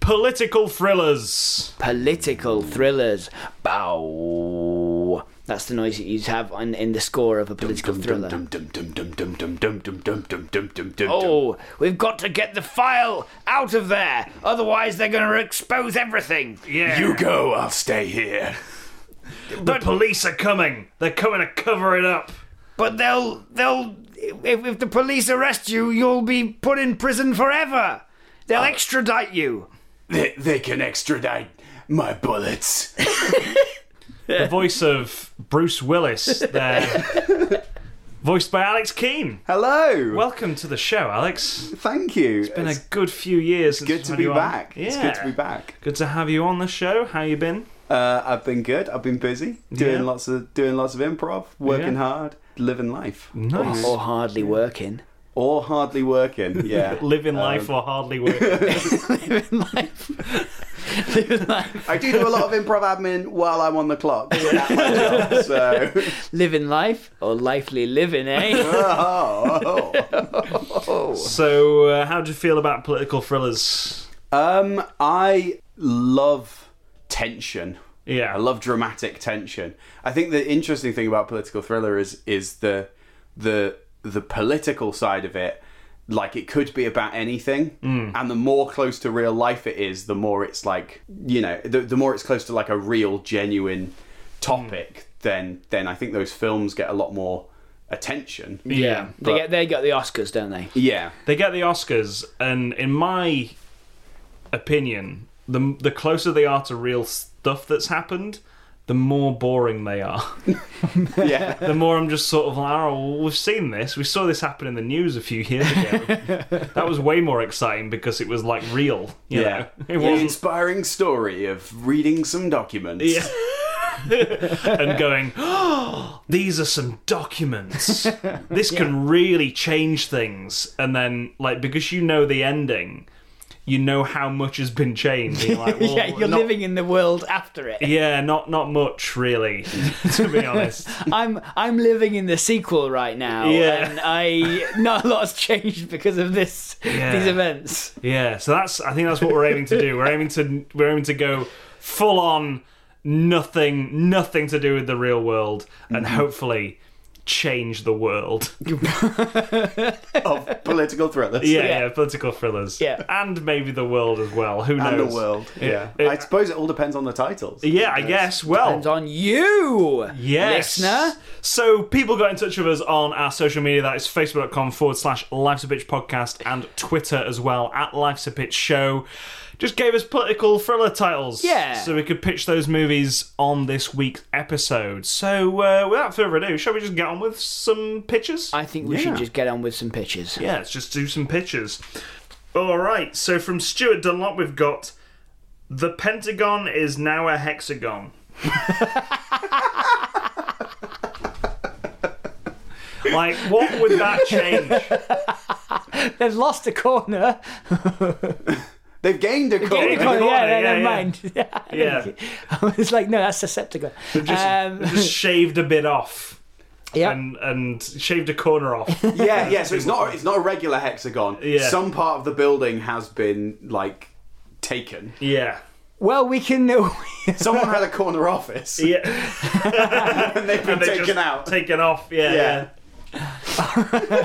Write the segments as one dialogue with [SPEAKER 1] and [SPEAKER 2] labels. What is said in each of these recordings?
[SPEAKER 1] Political thrillers.
[SPEAKER 2] political thrillers. Bow. That's the noise that you'd have in, in the score of a political thriller. Oh, we've got to get the file out of there, otherwise they're going to expose everything.
[SPEAKER 1] Yeah.
[SPEAKER 3] You go, I'll stay here.
[SPEAKER 1] the police are coming. They're coming to cover it up.
[SPEAKER 2] But they'll they'll if, if the police arrest you, you'll be put in prison forever. They'll extradite you.
[SPEAKER 3] They, they can extradite my bullets.
[SPEAKER 1] The voice of Bruce Willis there. Voiced by Alex Keane.
[SPEAKER 3] Hello.
[SPEAKER 1] Welcome to the show, Alex.
[SPEAKER 3] thank you. It's
[SPEAKER 1] Been a good few years. since
[SPEAKER 3] good to
[SPEAKER 1] we've had
[SPEAKER 3] be
[SPEAKER 1] you on.
[SPEAKER 3] back. It's good
[SPEAKER 1] Yeah.
[SPEAKER 3] to be back.
[SPEAKER 1] Good to have you on the show. How you been?
[SPEAKER 3] Uh, I've been good. I've been busy doing
[SPEAKER 1] Yeah.
[SPEAKER 3] lots of doing lots of improv, working
[SPEAKER 1] Yeah.
[SPEAKER 3] hard, living life,
[SPEAKER 1] Nice.
[SPEAKER 4] Oh,
[SPEAKER 2] Or hardly working.
[SPEAKER 3] or hardly working. Yeah.
[SPEAKER 1] Living life or hardly working.
[SPEAKER 2] Living life. Living life.
[SPEAKER 3] I do do a lot of improv admin while I'm on the clock. at my job, so.
[SPEAKER 2] Living life or lively living, eh?
[SPEAKER 3] Oh.
[SPEAKER 1] so, uh, how do you feel about political thrillers?
[SPEAKER 3] Um, I love tension.
[SPEAKER 1] Yeah.
[SPEAKER 3] I love dramatic tension. I think the interesting thing about political thriller is is the the the political side of it. Like it could be about anything,
[SPEAKER 1] Mm.
[SPEAKER 3] and the more close to real life it is, the more it's like you know, the, the more it's close to like a real, genuine topic.
[SPEAKER 1] Mm.
[SPEAKER 3] Then, then I think those films get a lot more attention.
[SPEAKER 1] Yeah.
[SPEAKER 2] They get they got the Oscars, don't they?
[SPEAKER 3] Yeah,
[SPEAKER 1] They get the Oscars, and in my opinion, the the closer they are to real stuff that's happened, the more boring they are.
[SPEAKER 3] yeah.
[SPEAKER 1] the more I'm just sort of like, oh, well, we've seen this. We saw this happen in the news a few years ago. that was way more exciting because it was like real. You know?
[SPEAKER 3] Yeah.
[SPEAKER 1] it
[SPEAKER 3] The
[SPEAKER 1] wasn't.
[SPEAKER 3] inspiring story of reading some documents.
[SPEAKER 1] Yeah. and going, oh, these are some documents. This can really change things. And then, like, because you know the ending, you know how much has been changed. and you're like, well,
[SPEAKER 4] yeah, you're
[SPEAKER 1] not-
[SPEAKER 4] living in the world after it.
[SPEAKER 1] Yeah, not not much really, to be honest.
[SPEAKER 4] I'm I'm living in the sequel right now,
[SPEAKER 1] Yeah.
[SPEAKER 4] and I not a lot has changed because of this
[SPEAKER 1] Yeah.
[SPEAKER 4] these events.
[SPEAKER 1] Yeah, so that's I think that's what we're aiming to do. We're aiming to we're aiming to go full on nothing nothing to do with the real world and
[SPEAKER 4] Mm-hmm.
[SPEAKER 1] hopefully change the world.
[SPEAKER 3] of political thrillers.
[SPEAKER 1] Yeah, yeah,
[SPEAKER 4] Yeah.
[SPEAKER 1] political thrillers.
[SPEAKER 4] Yeah.
[SPEAKER 1] And maybe the world as well. Who knows?
[SPEAKER 3] and the world.
[SPEAKER 1] Yeah.
[SPEAKER 3] Yeah.
[SPEAKER 1] It-
[SPEAKER 3] I suppose it all depends on the titles.
[SPEAKER 1] Yeah, I guess. Well,
[SPEAKER 4] Depends on you,
[SPEAKER 1] Yes.
[SPEAKER 4] listener.
[SPEAKER 1] So people got in touch with us on our social media. That is facebook.com forward slash Life's a Bitch podcast and Twitter as well at Life's a Bitch show. Just gave us political thriller titles.
[SPEAKER 4] Yeah.
[SPEAKER 1] So we could pitch those movies on this week's episode. So uh, without further ado, shall we just get on with some pitches?
[SPEAKER 4] I think we should just get on with some pictures.
[SPEAKER 1] yeah, let's just do some pitches. All right. So from Stuart Dunlop, we've got The Pentagon is now a hexagon. like, what would that change?
[SPEAKER 4] They've lost a corner.
[SPEAKER 3] They've gained a
[SPEAKER 4] Any
[SPEAKER 3] corner.
[SPEAKER 4] corner,
[SPEAKER 1] corner,
[SPEAKER 4] yeah,
[SPEAKER 1] yeah,
[SPEAKER 4] yeah, never
[SPEAKER 1] yeah.
[SPEAKER 4] mind. Yeah, I
[SPEAKER 1] Yeah.
[SPEAKER 4] think- I was like, no, that's Decepticon.
[SPEAKER 1] Just,
[SPEAKER 4] Um,
[SPEAKER 1] just shaved a bit off.
[SPEAKER 4] yeah.
[SPEAKER 1] And, and shaved a corner off.
[SPEAKER 3] Yeah, yeah. So it's not it's not a regular hexagon.
[SPEAKER 1] Yeah.
[SPEAKER 3] Some part of the building has been like taken.
[SPEAKER 1] Yeah.
[SPEAKER 4] Well, we can.
[SPEAKER 3] Someone had a corner office
[SPEAKER 1] Yeah.
[SPEAKER 3] and they've been
[SPEAKER 1] They
[SPEAKER 3] taken
[SPEAKER 1] just
[SPEAKER 3] out.
[SPEAKER 1] Taken off, yeah. yeah.
[SPEAKER 3] Yeah.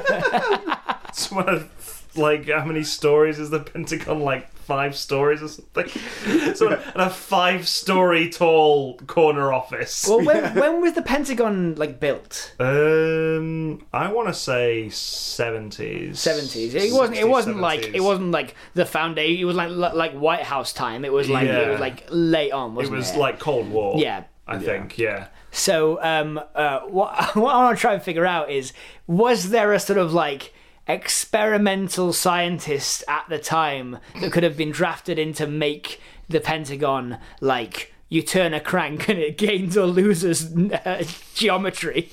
[SPEAKER 1] It's one of, like, how many stories is the Pentagon? Like, five stories or something? So, and a five story tall corner office.
[SPEAKER 4] well, when, when was the Pentagon like built?
[SPEAKER 1] Um, I want to say seventies.
[SPEAKER 4] Seventies. It wasn't. It wasn't like. It wasn't like the foundation. It was like like White House time. It was like it
[SPEAKER 1] Yeah.
[SPEAKER 4] was like late on,
[SPEAKER 1] It
[SPEAKER 4] wasn't it?
[SPEAKER 1] was like Cold War.
[SPEAKER 4] Yeah.
[SPEAKER 1] I think. Yeah.
[SPEAKER 4] So, um, uh, what, what I want to try and figure out is was there a sort of like experimental scientist at the time that could have been drafted in to make the Pentagon like you turn a crank and it gains or loses uh, geometry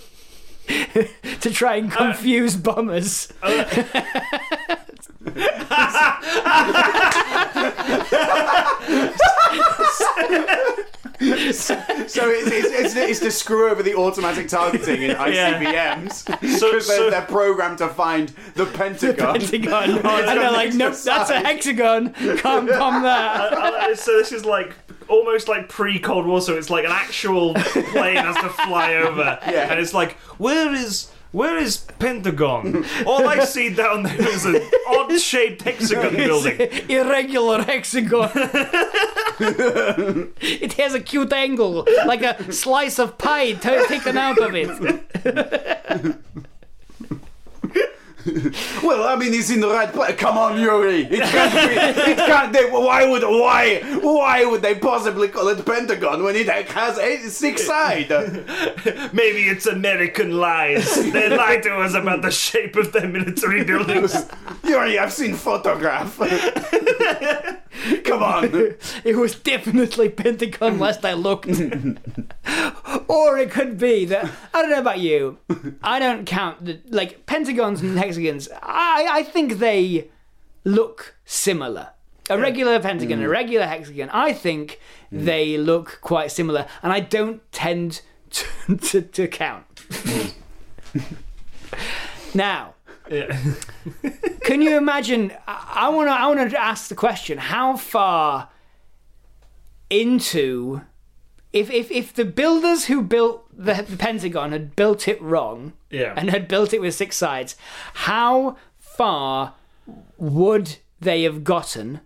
[SPEAKER 4] to try and confuse bombers.
[SPEAKER 3] So it's, it's, it's, it's to screw over the automatic targeting in ICBMs because
[SPEAKER 1] So- so-
[SPEAKER 3] they're, they're programmed to find the Pentagon.
[SPEAKER 4] Hexagon. and they're like, nope, that's a hexagon. Can't bomb that.
[SPEAKER 1] Uh, so this is like almost like pre Cold War, so it's like an actual plane has to fly over,
[SPEAKER 3] Yeah.
[SPEAKER 1] and it's like where is. Where is Pentagon? All I see down there is an odd shaped hexagon building.
[SPEAKER 4] Irregular hexagon. it has a cute angle, like a slice of pie t- taken out of it.
[SPEAKER 3] Well, I mean, he's in the right place. Come on, Yuri. It can't be. It can't. They, why would why why would they possibly call it Pentagon when it has eight, six sides?
[SPEAKER 1] Maybe it's American lies. They lied to us about the shape of their military buildings.
[SPEAKER 3] Yuri, I've seen photograph. Come on.
[SPEAKER 4] It was definitely Pentagon last I looked. or it could be that I don't know about you. I don't count the like pentagons and hexagons. I I think they look similar. A regular pentagon, a regular hexagon. I think they look quite similar, and I don't tend to to, to count. now,
[SPEAKER 1] Yeah.
[SPEAKER 4] can you imagine? I want to. I want to ask the question: How far into, if if if the builders who built the, the Pentagon had built it wrong,
[SPEAKER 1] Yeah.
[SPEAKER 4] and had built it with six sides, how far would they have gotten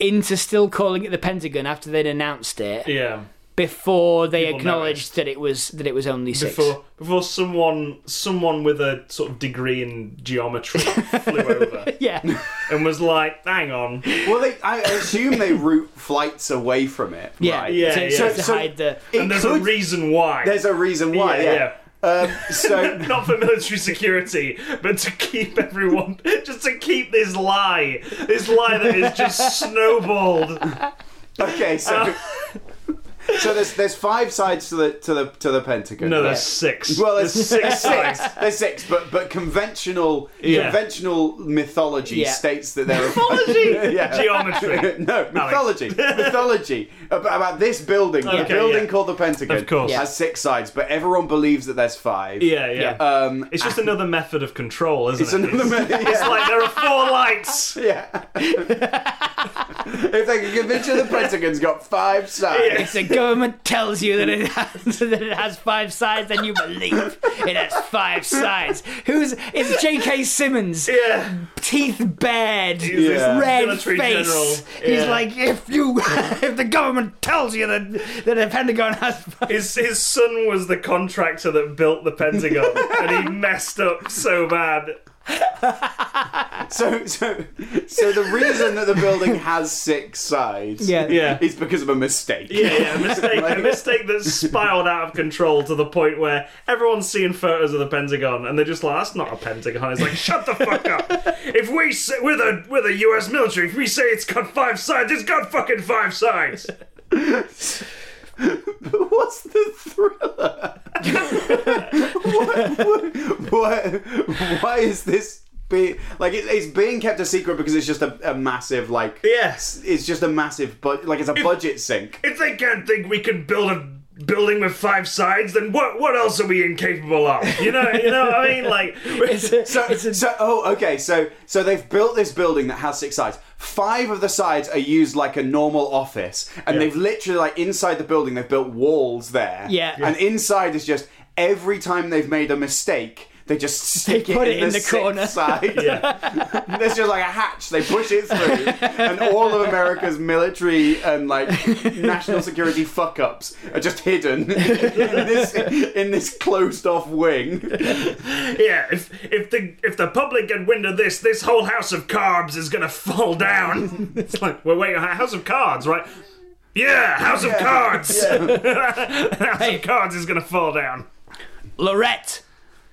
[SPEAKER 4] into still calling it the Pentagon after they'd announced it
[SPEAKER 1] Yeah.
[SPEAKER 4] before they
[SPEAKER 1] People
[SPEAKER 4] acknowledged
[SPEAKER 1] noticed.
[SPEAKER 4] that it was that it was only six?
[SPEAKER 1] Before before someone someone with a sort of degree in geometry flew over
[SPEAKER 4] yeah.
[SPEAKER 1] and was like, hang on.
[SPEAKER 3] Well, they, I assume they route flights away from it.
[SPEAKER 4] Yeah,
[SPEAKER 3] right?
[SPEAKER 1] Yeah,
[SPEAKER 4] so,
[SPEAKER 1] yeah.
[SPEAKER 4] so
[SPEAKER 1] So-
[SPEAKER 4] to
[SPEAKER 3] so
[SPEAKER 4] hide the
[SPEAKER 3] It
[SPEAKER 1] And there's a
[SPEAKER 3] could-
[SPEAKER 1] reason why.
[SPEAKER 3] there's a reason why.
[SPEAKER 1] Yeah,
[SPEAKER 3] Yeah. Um, so
[SPEAKER 1] not for military security, but to keep everyone, just to keep this lie, this lie that is just snowballed.
[SPEAKER 3] okay,
[SPEAKER 1] Uh.
[SPEAKER 3] so so there's there's five sides to the to the to the Pentagon.
[SPEAKER 1] No,
[SPEAKER 3] right?
[SPEAKER 1] there's six.
[SPEAKER 3] Well,
[SPEAKER 1] there's
[SPEAKER 3] there's
[SPEAKER 1] six sides.
[SPEAKER 3] There's six, but but conventional
[SPEAKER 1] Yeah.
[SPEAKER 3] conventional mythology
[SPEAKER 4] Yeah.
[SPEAKER 3] states that there are mythology.
[SPEAKER 1] Geometry.
[SPEAKER 3] no mythology mythology ab- about this building. the
[SPEAKER 1] Okay,
[SPEAKER 3] building
[SPEAKER 1] yeah.
[SPEAKER 3] called the Pentagon,
[SPEAKER 1] Of course.
[SPEAKER 3] has six sides, but everyone believes that there's five.
[SPEAKER 1] Yeah, yeah.
[SPEAKER 3] Um,
[SPEAKER 1] it's just another method of control, isn't
[SPEAKER 3] it's
[SPEAKER 1] it?
[SPEAKER 3] another myth-
[SPEAKER 1] It's
[SPEAKER 3] yeah.
[SPEAKER 1] like there are four lights.
[SPEAKER 3] yeah. if they can convince you the Pentagon's got five sides,
[SPEAKER 4] If the government tells you that it has, that it has five sides, then you believe it has five sides. Who's it's J.K. Simmons,
[SPEAKER 1] Yeah.
[SPEAKER 4] teeth bared,
[SPEAKER 3] this
[SPEAKER 4] red
[SPEAKER 1] military
[SPEAKER 4] face.
[SPEAKER 1] general.
[SPEAKER 4] He's
[SPEAKER 1] Yeah.
[SPEAKER 4] like, if you, if the government tells you that that the Pentagon has, five,
[SPEAKER 1] His, his son was the contractor that built the Pentagon, and he messed up so bad.
[SPEAKER 3] so so so the reason that the building has six sides,
[SPEAKER 4] Yeah.
[SPEAKER 1] Yeah.
[SPEAKER 3] is because of a mistake.
[SPEAKER 1] Yeah, yeah, a mistake, a mistake that's spiraled out of control to the point where everyone's seeing photos of the Pentagon and they're just like, "That's not a Pentagon." It's like, "Shut the fuck up!" If we say we're the we're the U.S. military, if we say it's got five sides, it's got fucking five sides.
[SPEAKER 3] What's the thriller? what, what, what, why is this be like it, it's being kept a secret because it's just a, a massive like
[SPEAKER 1] Yes.
[SPEAKER 3] it's just a massive but like it's a budget sink.
[SPEAKER 1] If they can't think we can build a building with five sides, then what what else are we incapable of? You know, you know what I mean? Like,
[SPEAKER 4] it's a,
[SPEAKER 3] So,
[SPEAKER 4] it's a
[SPEAKER 3] so oh okay so so they've built this building that has six sides. Five of the sides are used like a normal office, and they've literally like inside the building they've built walls there.
[SPEAKER 4] Yeah.
[SPEAKER 3] and inside is just every time they've made a mistake. They just stick
[SPEAKER 4] put
[SPEAKER 3] it, in, the, sixth
[SPEAKER 4] corner.
[SPEAKER 3] side. There's just like a hatch. They push it through, and all of America's military and like national security fuck ups are just hidden in this in this closed off wing.
[SPEAKER 1] yeah, if if the if the public get wind of this, this whole house of cards is gonna fall down. it's like, well, wait, house of cards, right? Yeah, house of cards. house of cards is gonna fall down.
[SPEAKER 4] Lorette.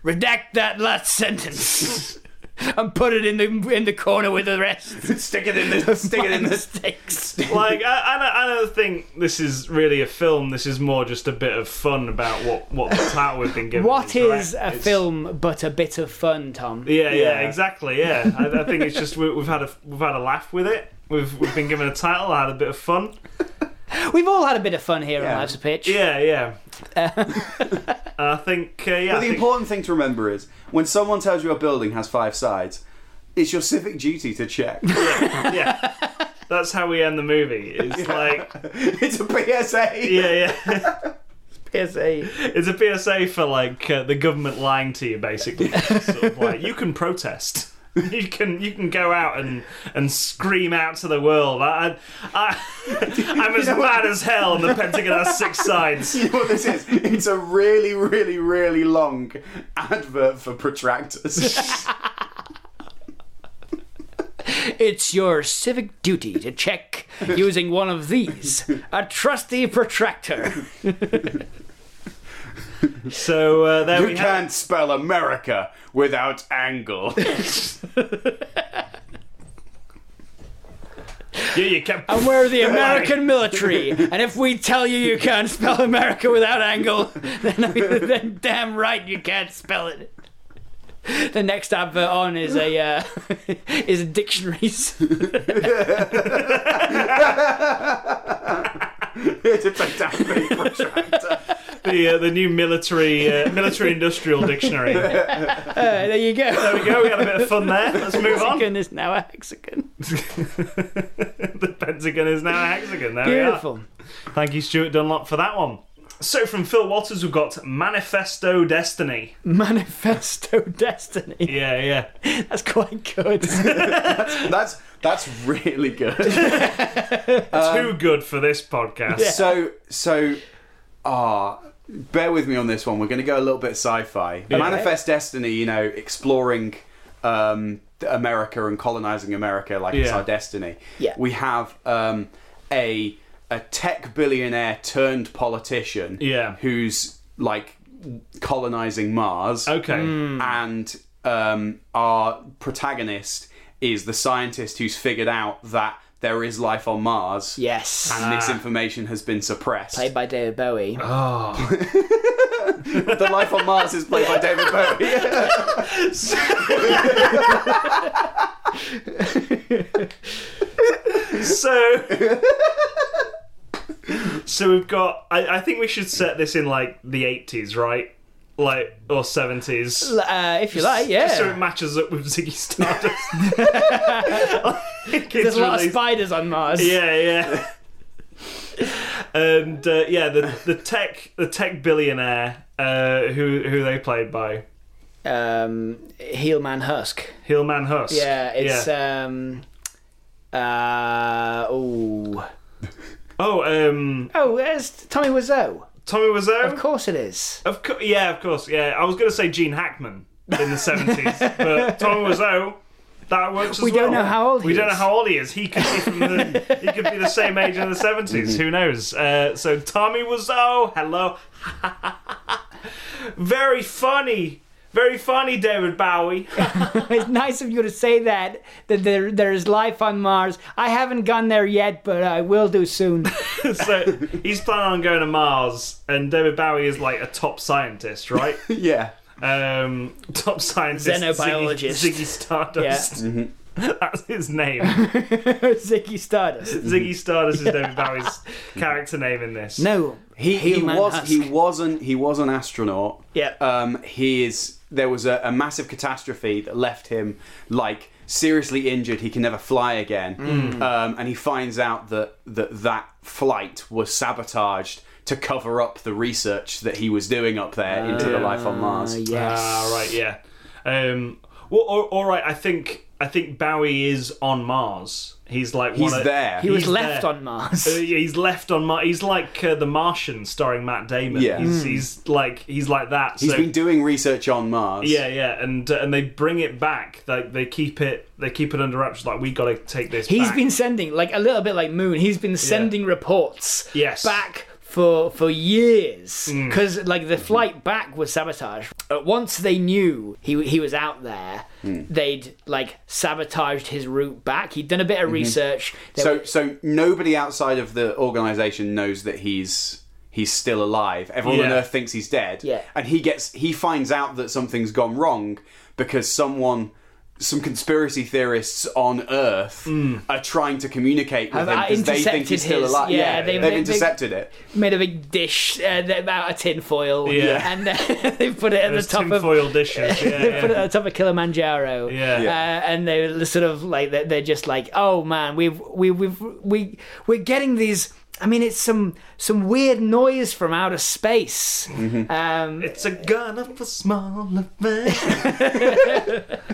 [SPEAKER 4] Redact that last sentence. and put it in the in the corner with the rest.
[SPEAKER 3] stick it in the stick it in the
[SPEAKER 4] mistakes.
[SPEAKER 1] like I, I, don't, I don't think this is really a film. This is more just a bit of fun about what what the title we've been given.
[SPEAKER 4] What is
[SPEAKER 1] right?
[SPEAKER 4] a
[SPEAKER 1] It's-
[SPEAKER 4] film but a bit of fun, Tom?
[SPEAKER 1] Yeah, yeah,
[SPEAKER 3] Yeah.
[SPEAKER 1] exactly. Yeah, I, I think it's just we, we've had a we've had a laugh with it. We've we've been given a title, had a bit of fun.
[SPEAKER 4] We've all had a bit of fun here
[SPEAKER 3] Yeah.
[SPEAKER 4] on Life's a Pitch.
[SPEAKER 1] Yeah, yeah. I think uh, yeah. I
[SPEAKER 3] But the
[SPEAKER 1] think-
[SPEAKER 3] important thing to remember is when someone tells you a building has five sides, it's your civic duty to check.
[SPEAKER 1] yeah. That's how we end the movie. It's like,
[SPEAKER 3] it's a PSA.
[SPEAKER 1] yeah, yeah.
[SPEAKER 4] PSA.
[SPEAKER 1] It's a PSA for like uh, the government lying to you, basically. sort of like you can protest, you can you can go out and and scream out to the world. I, I, I I'm as mad as hell, and the Pentagon has six sides.
[SPEAKER 3] You know what this is? It's a really, really, really long advert for protractors.
[SPEAKER 4] It's your civic duty to check using one of these a trusty protractor.
[SPEAKER 1] So uh, there
[SPEAKER 3] you
[SPEAKER 1] we have.
[SPEAKER 3] can't spell America without angle.
[SPEAKER 1] Yeah, you can.
[SPEAKER 4] And we're the American military. And if we tell you you can't spell America without angle, then, then damn right you can't spell it. The next advert on is a uh, is dictionaries.
[SPEAKER 3] it's a damn protractor.
[SPEAKER 1] The uh, the new military uh, military industrial dictionary. There
[SPEAKER 4] Uh, there you go.
[SPEAKER 1] we go. We had a bit of fun there. Let's move on.
[SPEAKER 4] Hexagon is now a hexagon.
[SPEAKER 1] the Pentagon is now a hexagon. There we are.
[SPEAKER 4] Beautiful.
[SPEAKER 1] Thank you, Stuart Dunlop, for that one. So from Phil Waters, we've got Manifesto Destiny.
[SPEAKER 4] Manifesto Destiny.
[SPEAKER 1] Yeah, yeah.
[SPEAKER 4] That's quite good.
[SPEAKER 3] That's that's really good.
[SPEAKER 1] Too good for this podcast.
[SPEAKER 3] So so ah bear with me on this one. We're gonna go a little bit sci-fi. Manifest Destiny, you know, exploring um, America and colonizing America like it's
[SPEAKER 1] Yeah.
[SPEAKER 3] our destiny.
[SPEAKER 4] Yeah.
[SPEAKER 3] We have um, a a tech billionaire turned politician
[SPEAKER 1] Yeah.
[SPEAKER 3] who's like colonizing Mars.
[SPEAKER 1] Okay.
[SPEAKER 3] And um, our protagonist is the scientist who's figured out that there is life on Mars.
[SPEAKER 4] Yes.
[SPEAKER 3] And
[SPEAKER 1] Ah.
[SPEAKER 3] this information has been suppressed.
[SPEAKER 4] Played by David Bowie.
[SPEAKER 3] the life on Mars is played by David Bowie.
[SPEAKER 1] So So we've got I, I think we should set this in like the eighties, right? Like or seventies.
[SPEAKER 4] Uh, if you like, yeah.
[SPEAKER 1] So it matches up with Ziggy Stardust. Like, it's
[SPEAKER 4] There's a lot of
[SPEAKER 1] released-
[SPEAKER 4] spiders on Mars.
[SPEAKER 1] Yeah, yeah. and uh, yeah, the the tech the tech billionaire uh, who who they played by
[SPEAKER 4] Um, Heel Man Husk.
[SPEAKER 1] Hillman Husk.
[SPEAKER 4] Yeah, it's um uh oh
[SPEAKER 1] oh, um,
[SPEAKER 4] oh there's Tommy Wiseau.
[SPEAKER 1] Tommy Wiseau.
[SPEAKER 4] Of course it is.
[SPEAKER 1] Of course, yeah, of course, yeah. I was going to say Gene Hackman in the seventies, but Tommy Wiseau. That works as
[SPEAKER 4] We don't
[SPEAKER 1] well.
[SPEAKER 4] know how old he
[SPEAKER 1] we don't
[SPEAKER 4] is.
[SPEAKER 1] know how old he is. He could be from the he could be the same age in the 70s Who knows? Uh, so Tommy Wiseau, hello, very funny, very funny, David Bowie.
[SPEAKER 4] it's nice of you to say that that there there is life on Mars. I haven't gone there yet, but I will do soon.
[SPEAKER 1] so he's planning on going to Mars, and David Bowie is like a top scientist, right?
[SPEAKER 3] yeah.
[SPEAKER 1] um, top scientist,
[SPEAKER 4] Xenobiologist.
[SPEAKER 1] Ziggy, Ziggy Stardust. That's his name.
[SPEAKER 4] Ziggy Stardust.
[SPEAKER 1] Ziggy Stardust is David Bowie's character name in this.
[SPEAKER 4] No,
[SPEAKER 3] He, he
[SPEAKER 4] Heel Man
[SPEAKER 3] was
[SPEAKER 4] Husk.
[SPEAKER 3] he was an he was an astronaut.
[SPEAKER 4] Yeah.
[SPEAKER 3] Um he is there was a, a massive catastrophe that left him like seriously injured. He can never fly again.
[SPEAKER 1] Mm.
[SPEAKER 3] Um, and he finds out that, that that flight was sabotaged to cover up the research that he was doing up there into the life on Mars.
[SPEAKER 4] Uh, yes.
[SPEAKER 1] Ah, right, yeah. Um, well, all, all right. I think I think Bowie is on Mars. He's like
[SPEAKER 3] He's
[SPEAKER 1] one of-
[SPEAKER 3] there.
[SPEAKER 4] he was
[SPEAKER 1] he's
[SPEAKER 4] left
[SPEAKER 1] there.
[SPEAKER 4] on
[SPEAKER 1] Uh,
[SPEAKER 4] Mars.
[SPEAKER 1] yeah, he's left on Mars. He's like uh, the Martian, starring Matt Damon.
[SPEAKER 3] Yeah.
[SPEAKER 1] he's,
[SPEAKER 4] Hmm.
[SPEAKER 1] he's like he's like that.
[SPEAKER 3] He's
[SPEAKER 1] so
[SPEAKER 3] been doing research on Mars.
[SPEAKER 1] Yeah, yeah, and uh, and they bring it back. Like they keep it, they keep it under wraps. Like we got to take this.
[SPEAKER 4] He's
[SPEAKER 1] back.
[SPEAKER 4] been sending like a little bit like Moon. He's been sending reports
[SPEAKER 1] Yes. Mm.
[SPEAKER 4] back for for years because like the flight back was sabotage. Uh, Once they knew he he was out there,
[SPEAKER 1] Mm.
[SPEAKER 4] they'd like sabotaged his route back. He'd done a bit of
[SPEAKER 1] Mm-hmm.
[SPEAKER 4] research. They
[SPEAKER 3] So
[SPEAKER 4] were-
[SPEAKER 3] so nobody outside of the organization knows that he's he's still alive. Everyone on
[SPEAKER 1] Yeah.
[SPEAKER 3] Earth thinks he's dead.
[SPEAKER 4] Yeah.
[SPEAKER 3] And he gets he finds out that something's gone wrong because someone some conspiracy theorists on Earth are trying to communicate
[SPEAKER 4] Have,
[SPEAKER 3] with him
[SPEAKER 4] uh,
[SPEAKER 3] because they think he's
[SPEAKER 4] intercepted
[SPEAKER 3] still
[SPEAKER 4] his-
[SPEAKER 3] alive.
[SPEAKER 4] yeah,
[SPEAKER 3] Yeah,
[SPEAKER 4] they-
[SPEAKER 3] they've
[SPEAKER 4] they- they-
[SPEAKER 3] intercepted it.
[SPEAKER 4] made a big dish uh, that- out of tin foil.
[SPEAKER 1] Yeah.
[SPEAKER 4] and uh, they put it at the
[SPEAKER 1] There's
[SPEAKER 4] top of
[SPEAKER 1] tinfoil dishes. Yeah,
[SPEAKER 4] they put it
[SPEAKER 1] yeah.
[SPEAKER 4] on top of Kilimanjaro.
[SPEAKER 1] Yeah.
[SPEAKER 3] Yeah.
[SPEAKER 4] Uh, and they were sort of like they're, they're just like, oh man, we've we we've we we're getting these. I mean, it's some some weird noise from outer space. Um,
[SPEAKER 1] It's a gun of a small affair.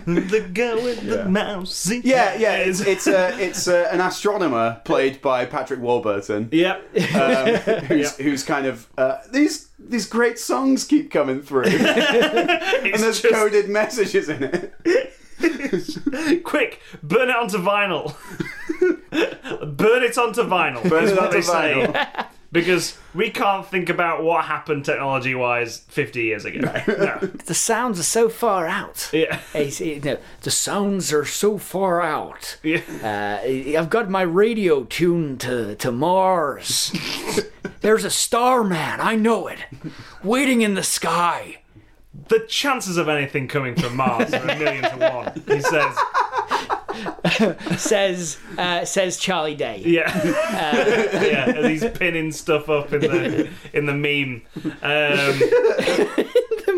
[SPEAKER 1] the girl with the mouse.
[SPEAKER 3] Yeah, yeah, it's it's uh, it's uh, an astronomer played by Patrick Warburton.
[SPEAKER 1] Yep.
[SPEAKER 3] um, who's, who's kind of uh, these these great songs keep coming through, and there's
[SPEAKER 1] just-
[SPEAKER 3] coded messages in it.
[SPEAKER 1] Quick, burn it onto vinyl. burn it onto vinyl.
[SPEAKER 3] Burn
[SPEAKER 1] is
[SPEAKER 3] it
[SPEAKER 1] what
[SPEAKER 3] onto
[SPEAKER 1] they say. Because we can't think about what happened technology wise 50 years ago. No.
[SPEAKER 4] the sounds are so far out.
[SPEAKER 1] Yeah.
[SPEAKER 4] It's- it- no, the sounds are so far out.
[SPEAKER 1] Yeah.
[SPEAKER 4] Uh, I've got my radio tuned to, to Mars. There's a star man, I know it, waiting in the sky.
[SPEAKER 1] The chances of anything coming from Mars are a million to one. He says,
[SPEAKER 4] Says uh, says Charlie Day.
[SPEAKER 1] yeah. yeah, as he's pinning stuff up in the in the meme. Um,
[SPEAKER 4] The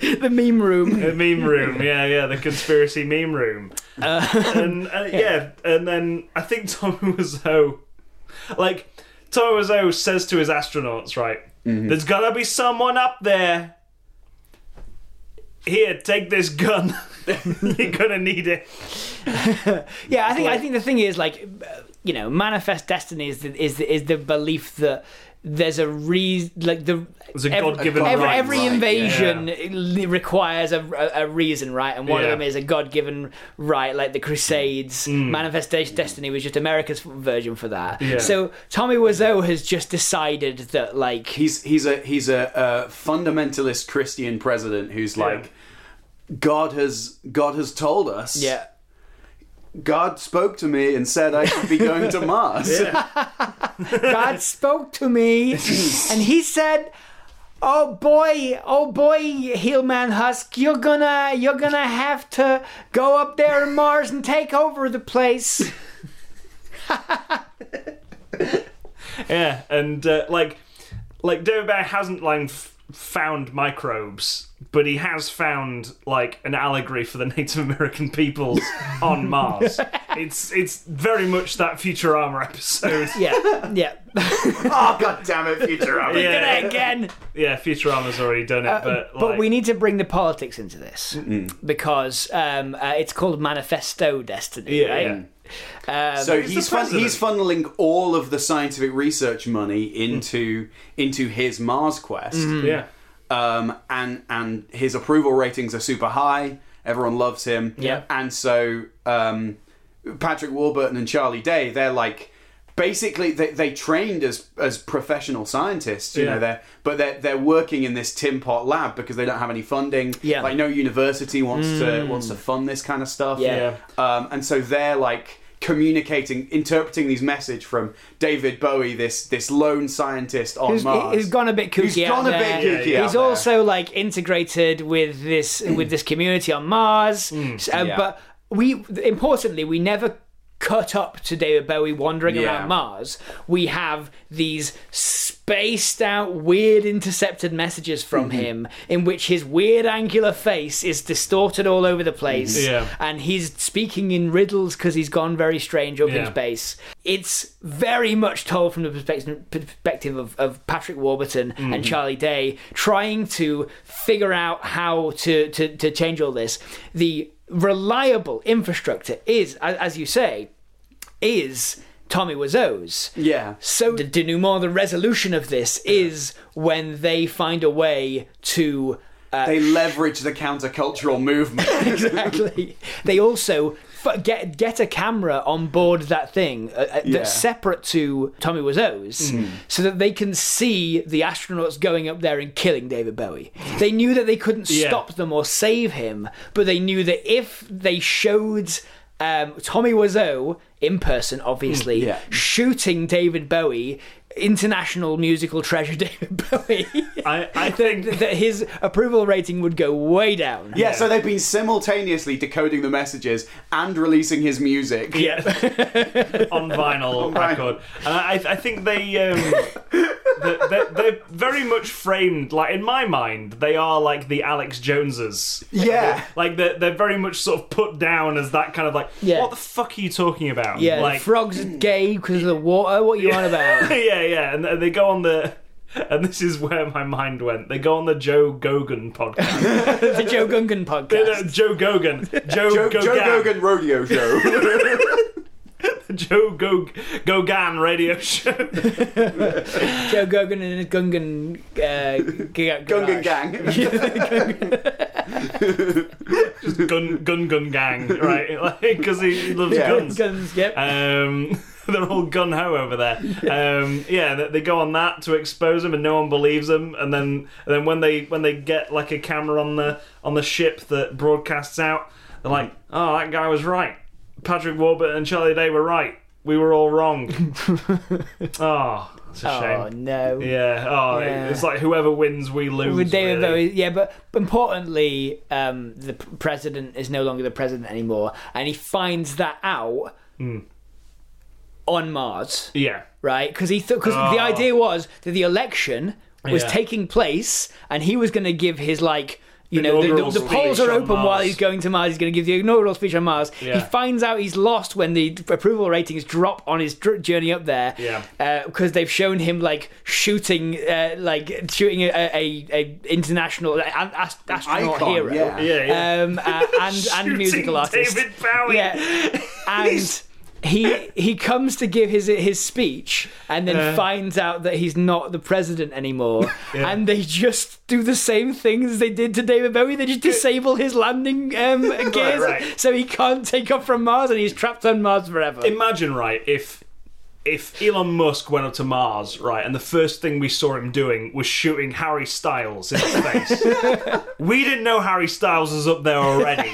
[SPEAKER 4] meme, the meme room.
[SPEAKER 1] the meme room. Yeah, yeah, the conspiracy meme room. and uh, yeah, and then I think Tom Wiseau, like Tom Wiseau says to his astronauts, right? There's gotta be someone up there. Here, take this gun. You're gonna need it.
[SPEAKER 4] Yeah, I think I think the thing is like, uh, you know, manifest destiny is the, is the, is the belief that there's a reason, like the
[SPEAKER 1] There's a
[SPEAKER 4] ev-
[SPEAKER 1] God-given
[SPEAKER 4] every,
[SPEAKER 1] right.
[SPEAKER 4] every
[SPEAKER 3] Right, yeah.
[SPEAKER 4] invasion li- requires a, a, a reason, right? And one
[SPEAKER 1] Yeah. Mm.
[SPEAKER 4] of them is a God-given right, like the Crusades. Manifest destiny was just America's version for that.
[SPEAKER 1] Yeah.
[SPEAKER 4] So Tommy Wiseau has just decided that like
[SPEAKER 3] He's he's a he's a, uh fundamentalist Christian president who's like, God has God has told us.
[SPEAKER 4] yeah.
[SPEAKER 3] God spoke to me and said I should be going to Mars.
[SPEAKER 4] God spoke to me, and he said, "Oh boy, oh boy, Hillman Husk, you're gonna, you're gonna have to go up there in Mars and take over the place."
[SPEAKER 1] Yeah, and uh, like, like David Bear hasn't like f- found microbes, but he has found like an allegory for the Native American peoples on Mars. It's it's very much that Futurama episode.
[SPEAKER 4] Yeah, yeah.
[SPEAKER 3] oh God damn it, Futurama!
[SPEAKER 1] Yeah.
[SPEAKER 4] Did it again.
[SPEAKER 1] Yeah, Futurama's already done it, but Uh, like,
[SPEAKER 4] Uh,
[SPEAKER 1] Mm-hmm.
[SPEAKER 4] But we need to bring the politics into this because um, uh, it's called manifesto destiny.
[SPEAKER 1] Yeah,
[SPEAKER 4] right?
[SPEAKER 1] yeah.
[SPEAKER 4] Um,
[SPEAKER 3] So
[SPEAKER 1] the
[SPEAKER 3] he's fun-
[SPEAKER 1] president.
[SPEAKER 3] he's funneling all of the scientific research money into into his Mars quest.
[SPEAKER 1] yeah.
[SPEAKER 3] um, and and his approval ratings are super high. Everyone loves him.
[SPEAKER 4] Yeah.
[SPEAKER 3] And so um, Patrick Warburton and Charlie Day, they're like basically they, they trained as as professional scientists. You
[SPEAKER 1] Yeah.
[SPEAKER 3] know, they're but they're they're working in this tin pot lab because they don't have any funding.
[SPEAKER 4] Yeah. Mm.
[SPEAKER 3] Like no university wants to wants to fund this kind of stuff.
[SPEAKER 4] Yeah.
[SPEAKER 3] Um, and so they're like communicating interpreting these message from David Bowie this this lone scientist on
[SPEAKER 4] Who's,
[SPEAKER 3] Mars
[SPEAKER 4] who's gone a bit kooky
[SPEAKER 3] Who's
[SPEAKER 4] out
[SPEAKER 3] gone a
[SPEAKER 4] there.
[SPEAKER 3] bit kooky out
[SPEAKER 4] He's
[SPEAKER 3] there.
[SPEAKER 4] also like integrated with this with this community on Mars. So, uh,
[SPEAKER 3] Mm, Yeah.
[SPEAKER 4] But we importantly we never cut up to David Bowie wandering
[SPEAKER 3] Yeah.
[SPEAKER 4] around Mars. We have these spaced out weird intercepted messages from
[SPEAKER 3] Mm-hmm.
[SPEAKER 4] him in which his weird angular face is distorted all over the place
[SPEAKER 1] Yeah.
[SPEAKER 4] and he's speaking in riddles because he's gone very strange up in
[SPEAKER 1] Yeah.
[SPEAKER 4] space. It's very much told from the perspective, perspective of, of Patrick Warburton and Charlie Day trying to figure out how to, to, to change all this. The reliable infrastructure is, a- as you say, is Tommy Wiseau's.
[SPEAKER 3] yeah
[SPEAKER 4] So the denouement, the resolution of this is when they find a way to
[SPEAKER 3] they leverage the countercultural movement.
[SPEAKER 4] exactly. They also f- get get a camera on board that thing uh, uh,
[SPEAKER 3] Yeah. Mm-hmm.
[SPEAKER 4] that's separate to Tommy Wiseau's, so that they can see the astronauts going up there and killing David Bowie. They knew that they couldn't
[SPEAKER 1] Yeah.
[SPEAKER 4] stop them or save him, but they knew that if they showed. Um, Tommy Wiseau in person, obviously,
[SPEAKER 3] Mm, yeah.
[SPEAKER 4] shooting David Bowie, international musical treasure David Bowie.
[SPEAKER 1] I, I
[SPEAKER 4] that,
[SPEAKER 1] think
[SPEAKER 4] that his approval rating would go way down.
[SPEAKER 3] Yeah, so they've been simultaneously decoding the messages and releasing his music.
[SPEAKER 1] yeah, on vinyl
[SPEAKER 3] vinyl.
[SPEAKER 1] record. And I, I think they, um, they're, they're, they're very much framed like in my mind. They are like the Alex Joneses.
[SPEAKER 3] Yeah.
[SPEAKER 1] Like they're, they're very much sort of put down as that kind of like,
[SPEAKER 4] Yeah.
[SPEAKER 1] what the fuck are you talking about?
[SPEAKER 4] Yeah, the
[SPEAKER 1] like
[SPEAKER 4] frogs are gay because of the water. What are you on about?
[SPEAKER 1] yeah, yeah, and they go on the. And this is where my mind went. They go on the Joe Gogan podcast.
[SPEAKER 4] the Joe Gungan
[SPEAKER 1] No,
[SPEAKER 4] podcast.
[SPEAKER 1] Joe Gogan. Joe,
[SPEAKER 3] Joe,
[SPEAKER 1] Gogan.
[SPEAKER 3] Joe Gogan Rodeo Show.
[SPEAKER 1] Joe Go- Gogan radio show.
[SPEAKER 4] Joe Gogan and his Gungan. Uh, g-
[SPEAKER 3] Gungan
[SPEAKER 4] garage.
[SPEAKER 3] Gang.
[SPEAKER 1] gun gun gun gang, right? Because he loves
[SPEAKER 3] Yeah.
[SPEAKER 1] guns.
[SPEAKER 4] Guns, yep.
[SPEAKER 1] Um, they're all gun ho over there. Um, yeah, they, they go on that to expose him, and no one believes him. And then, and then when they when they get like a camera on the on the ship that broadcasts out, they're like, "Oh, that guy was right. Patrick Warburton and Charlie Day were right. We were all wrong." oh, it's a
[SPEAKER 4] oh,
[SPEAKER 1] shame.
[SPEAKER 4] no.
[SPEAKER 1] Yeah. Oh,
[SPEAKER 4] Yeah.
[SPEAKER 1] it's like whoever wins, we lose.
[SPEAKER 4] With David
[SPEAKER 1] really.
[SPEAKER 4] Bowie, yeah, but importantly, um, the p- president is no longer the president anymore, and he finds that out
[SPEAKER 1] Hmm.
[SPEAKER 4] on Mars.
[SPEAKER 1] Yeah.
[SPEAKER 4] right? Because he because
[SPEAKER 1] Oh.
[SPEAKER 4] the idea was that the election was
[SPEAKER 1] Yeah.
[SPEAKER 4] taking place, and he was going to give his like. You know,
[SPEAKER 1] Inaugural
[SPEAKER 4] the, the, the polls
[SPEAKER 1] speech
[SPEAKER 4] are
[SPEAKER 1] on
[SPEAKER 4] open while
[SPEAKER 1] Mars.
[SPEAKER 4] he's going to Mars. He's going to give the inaugural speech on Mars. He
[SPEAKER 1] Yeah.
[SPEAKER 4] finds out he's lost when the approval ratings drop on his dr- journey up there.
[SPEAKER 1] Yeah.
[SPEAKER 4] Because they've shown him like shooting, uh, like shooting a, a, a international like, an ast- astronaut
[SPEAKER 3] Icon,
[SPEAKER 4] hero.
[SPEAKER 3] yeah.
[SPEAKER 1] Yeah. Yeah.
[SPEAKER 4] Um, uh, and and musical
[SPEAKER 1] Shooting
[SPEAKER 4] artist.
[SPEAKER 1] David Bowie.
[SPEAKER 4] Yeah. And he he comes to give his his speech and then finds out that he's not the president anymore. And they just do the same things they did to David Bowie. They just disable his landing um, gears
[SPEAKER 1] right.
[SPEAKER 4] so he can't take off from Mars and he's trapped on Mars forever.
[SPEAKER 1] imagine right if if Elon Musk went up to Mars, right, and the first thing we saw him doing was shooting Harry Styles in space. we didn't know Harry Styles was up there already.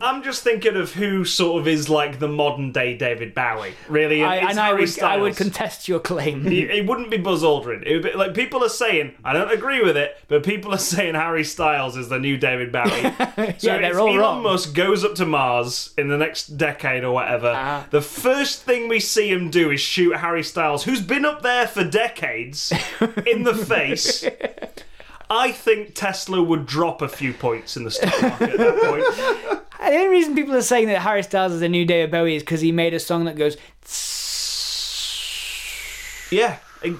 [SPEAKER 1] I'm just thinking of who sort of is like the modern day David Bowie, really.
[SPEAKER 4] I,
[SPEAKER 1] it's
[SPEAKER 4] and I
[SPEAKER 1] Harry
[SPEAKER 4] would, I
[SPEAKER 1] Styles.
[SPEAKER 4] would contest your claim.
[SPEAKER 1] It it wouldn't be Buzz Aldrin. It would be, like people are saying, I don't agree with it, but people are saying Harry Styles is the new David Bowie. so
[SPEAKER 4] Yeah, they're
[SPEAKER 1] if
[SPEAKER 4] all
[SPEAKER 1] Elon
[SPEAKER 4] wrong.
[SPEAKER 1] Musk goes up to Mars in the next decade or whatever.
[SPEAKER 4] Ah.
[SPEAKER 1] The first thing we see him do is shoot Harry Styles, who's been up there for decades, in the face. I think Tesla would drop a few points in the stock market at that point.
[SPEAKER 4] The only reason people are saying that Harry Styles is the new David Bowie is because he made a song that goes.
[SPEAKER 1] Yeah. I-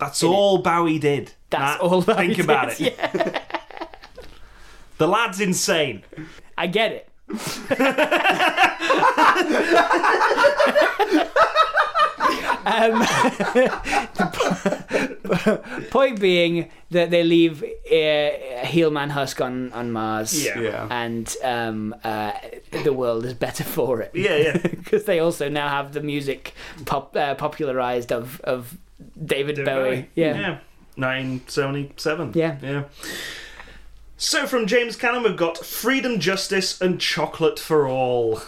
[SPEAKER 1] That's all Bowie did.
[SPEAKER 4] That's
[SPEAKER 1] Matt,
[SPEAKER 4] all that
[SPEAKER 1] Think
[SPEAKER 4] he
[SPEAKER 1] about
[SPEAKER 4] did.
[SPEAKER 1] it.
[SPEAKER 4] Yeah,
[SPEAKER 1] The lad's insane.
[SPEAKER 4] I get it. um, the po- point being that they leave uh, Heelman Husk on, on Mars,
[SPEAKER 1] Yeah.
[SPEAKER 3] Yeah.
[SPEAKER 4] and um, uh, the world is better for it.
[SPEAKER 1] Yeah, yeah.
[SPEAKER 4] because they also now have the music pop, uh, popularized of of David, Bowie. Yeah.
[SPEAKER 1] 1977.
[SPEAKER 4] Yeah.
[SPEAKER 1] Yeah. So from James Cannon, we've got Freedom, Justice, and Chocolate for All.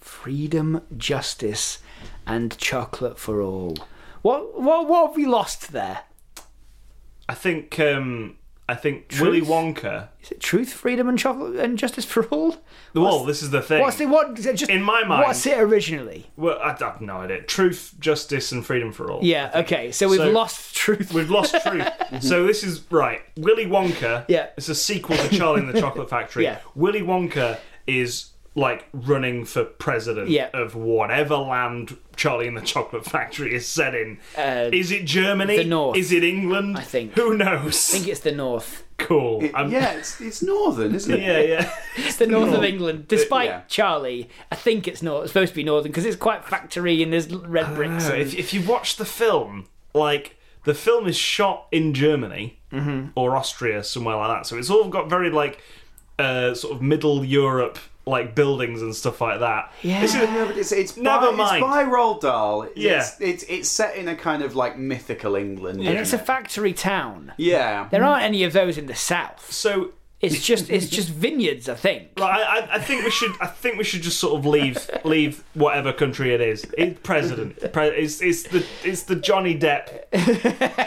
[SPEAKER 4] freedom, justice, and chocolate for all. What what what have we lost there?
[SPEAKER 1] I think, um, I think Willy Wonka.
[SPEAKER 4] Is it truth, freedom, and chocolate and justice for all?
[SPEAKER 1] Well, this is the thing.
[SPEAKER 4] What's it? What is it just
[SPEAKER 1] In my mind-
[SPEAKER 4] What's it originally?
[SPEAKER 1] well, I, I have no idea. Truth, Justice, and Freedom for All.
[SPEAKER 4] Yeah. Okay. So we've
[SPEAKER 1] So-
[SPEAKER 4] lost truth.
[SPEAKER 1] We've lost truth. so this is right. Willy Wonka.
[SPEAKER 4] Yeah.
[SPEAKER 1] It's a sequel to Charlie and the Chocolate Factory.
[SPEAKER 4] Yeah.
[SPEAKER 1] Willy Wonka is like running for president
[SPEAKER 4] Yeah.
[SPEAKER 1] of whatever land Charlie and the Chocolate Factory is set in.
[SPEAKER 4] Uh,
[SPEAKER 1] is it Germany?
[SPEAKER 4] the North.
[SPEAKER 1] Is it England?
[SPEAKER 4] I think.
[SPEAKER 1] Who knows?
[SPEAKER 4] I think it's the north.
[SPEAKER 1] cool. I'm-
[SPEAKER 3] yeah, it's, it's northern, isn't it?
[SPEAKER 1] Yeah. Yeah.
[SPEAKER 4] It's the north of England. Despite
[SPEAKER 3] yeah.
[SPEAKER 4] Charlie, I think it's not. It's supposed to be northern because it's quite factory and there's red bricks.
[SPEAKER 1] So
[SPEAKER 4] and-
[SPEAKER 1] if if you watch the film, like the film is shot in Germany, or Austria, somewhere like that. So it's all got very like uh, sort of middle Europe like buildings and stuff like that.
[SPEAKER 4] Yeah.
[SPEAKER 1] This is-
[SPEAKER 3] No, but it's, it's
[SPEAKER 1] Never
[SPEAKER 3] by,
[SPEAKER 1] mind.
[SPEAKER 3] It's by Roald Dahl.
[SPEAKER 1] Yeah.
[SPEAKER 3] It's, it's it's set in a kind of like mythical England.
[SPEAKER 4] and it's a factory town.
[SPEAKER 3] yeah.
[SPEAKER 4] There aren't any of those in the south.
[SPEAKER 1] so
[SPEAKER 4] It's just it's just vineyards, I think.
[SPEAKER 1] Right, I, I- I think we should. I think we should just sort of leave leave whatever country it is. It's president. Pre- it's, it's the it's the Johnny Depp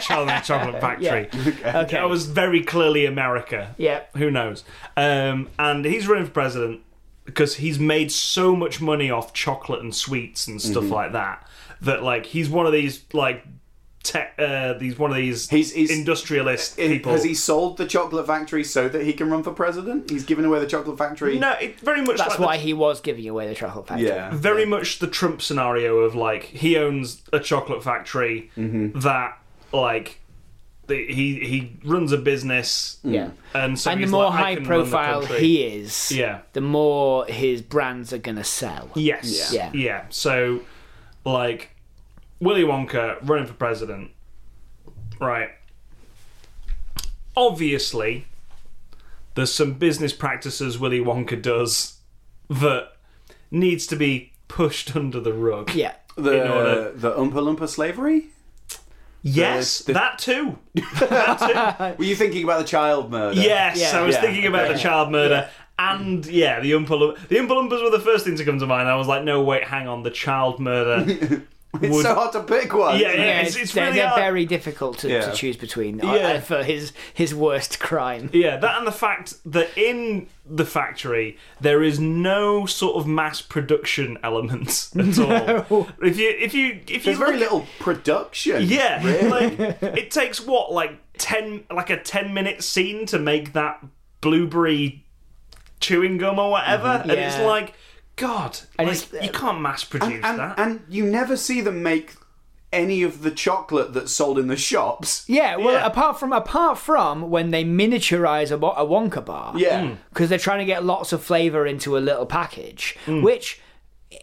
[SPEAKER 1] Charlie and the Chocolate Factory.
[SPEAKER 4] Okay.
[SPEAKER 1] That was very clearly America.
[SPEAKER 4] Yeah.
[SPEAKER 1] Who knows? Um, and he's running for president because he's made so much money off chocolate and sweets and stuff
[SPEAKER 3] Mm-hmm.
[SPEAKER 1] like that. That like he's one of these like tech. Uh, these one of these
[SPEAKER 3] He's- he's-
[SPEAKER 1] industrialist people.
[SPEAKER 3] Has he sold the chocolate factory so that he can run for president? He's given away the chocolate factory.
[SPEAKER 1] no, it very much
[SPEAKER 4] That's
[SPEAKER 1] like the
[SPEAKER 4] why he was giving away the chocolate factory.
[SPEAKER 3] Yeah.
[SPEAKER 1] very much the Trump scenario of like he owns a chocolate factory
[SPEAKER 4] Mm-hmm.
[SPEAKER 1] that like the, he he runs a business
[SPEAKER 4] Yeah.
[SPEAKER 1] and so
[SPEAKER 4] And the
[SPEAKER 1] he's
[SPEAKER 4] more
[SPEAKER 1] like, I
[SPEAKER 4] high
[SPEAKER 1] can run the
[SPEAKER 4] profile
[SPEAKER 1] country.
[SPEAKER 4] he is,
[SPEAKER 1] yeah
[SPEAKER 4] the more his brands are gonna sell.
[SPEAKER 1] yes
[SPEAKER 4] Yeah.
[SPEAKER 1] yeah. so like Willy Wonka running for president right obviously there's some business practices Willy Wonka does that needs to be pushed under the rug
[SPEAKER 4] Yeah.
[SPEAKER 1] in order-
[SPEAKER 3] The the Oompa Loompa slavery.
[SPEAKER 1] Yes,
[SPEAKER 3] the-
[SPEAKER 1] that too.
[SPEAKER 3] Were you thinking about the child murder?
[SPEAKER 1] Yes,
[SPEAKER 4] Yeah.
[SPEAKER 1] I was
[SPEAKER 3] Yeah.
[SPEAKER 1] thinking about the child murder. And yeah, the Oompa Loom- the Oompa Loompas were the first thing to come to mind. I was like, no, wait, hang on, the child murder.
[SPEAKER 3] It's
[SPEAKER 1] would-
[SPEAKER 3] so hard to pick one.
[SPEAKER 1] Yeah, yeah.
[SPEAKER 4] Yeah,
[SPEAKER 1] it's- it's
[SPEAKER 4] they're,
[SPEAKER 1] really
[SPEAKER 4] they're
[SPEAKER 1] hard.
[SPEAKER 4] very difficult to,
[SPEAKER 3] Yeah.
[SPEAKER 4] to choose between uh,
[SPEAKER 1] Yeah.
[SPEAKER 4] for his his worst crime.
[SPEAKER 1] yeah, that and the fact that in the factory there is no sort of mass production element at all. If you if you if
[SPEAKER 3] There's
[SPEAKER 1] you look-
[SPEAKER 3] very little production.
[SPEAKER 1] yeah, like it takes what like ten like a ten minute scene to make that blueberry chewing gum or whatever, and it's
[SPEAKER 4] Mm-hmm. Yeah.
[SPEAKER 1] like. God,
[SPEAKER 4] And
[SPEAKER 1] like,
[SPEAKER 4] it's- uh,
[SPEAKER 1] you can't mass produce
[SPEAKER 3] And,
[SPEAKER 1] that.
[SPEAKER 3] and you never see them make any of the chocolate that's sold in the shops.
[SPEAKER 4] Yeah, well,
[SPEAKER 1] Yeah.
[SPEAKER 4] apart from apart from when they miniaturize a, wo- a Wonka bar,
[SPEAKER 3] Yeah.
[SPEAKER 1] Hmm.
[SPEAKER 4] because they're trying to get lots of flavor into a little package,
[SPEAKER 1] Mm.
[SPEAKER 4] which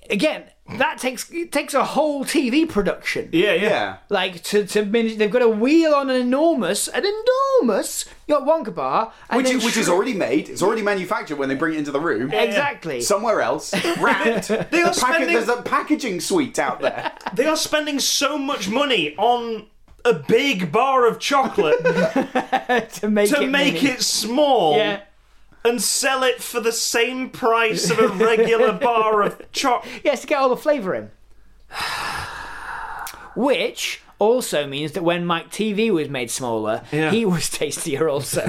[SPEAKER 4] again that takes it takes a whole TV production.
[SPEAKER 1] yeah, yeah,
[SPEAKER 3] Yeah.
[SPEAKER 4] Like to to mini- they've got to wheel on an enormous, an enormous your Wonka bar, and
[SPEAKER 3] Which,
[SPEAKER 4] then
[SPEAKER 3] is, which is
[SPEAKER 4] shri-
[SPEAKER 3] already made. It's already manufactured when they bring it into the room.
[SPEAKER 4] exactly.
[SPEAKER 3] Somewhere else, wrapped.
[SPEAKER 1] They are
[SPEAKER 3] Packa-
[SPEAKER 1] spending-
[SPEAKER 3] There's a packaging suite out there.
[SPEAKER 1] They are spending so much money on a big bar of chocolate
[SPEAKER 4] to make
[SPEAKER 1] to
[SPEAKER 4] it
[SPEAKER 1] make
[SPEAKER 4] mini-
[SPEAKER 1] it small
[SPEAKER 4] Yeah.
[SPEAKER 1] and sell it for the same price of a regular bar of chocolate.
[SPEAKER 4] Yes, to get all the flavour in. Which also means that when Mike TV was made smaller,
[SPEAKER 1] Yeah.
[SPEAKER 4] he was tastier also.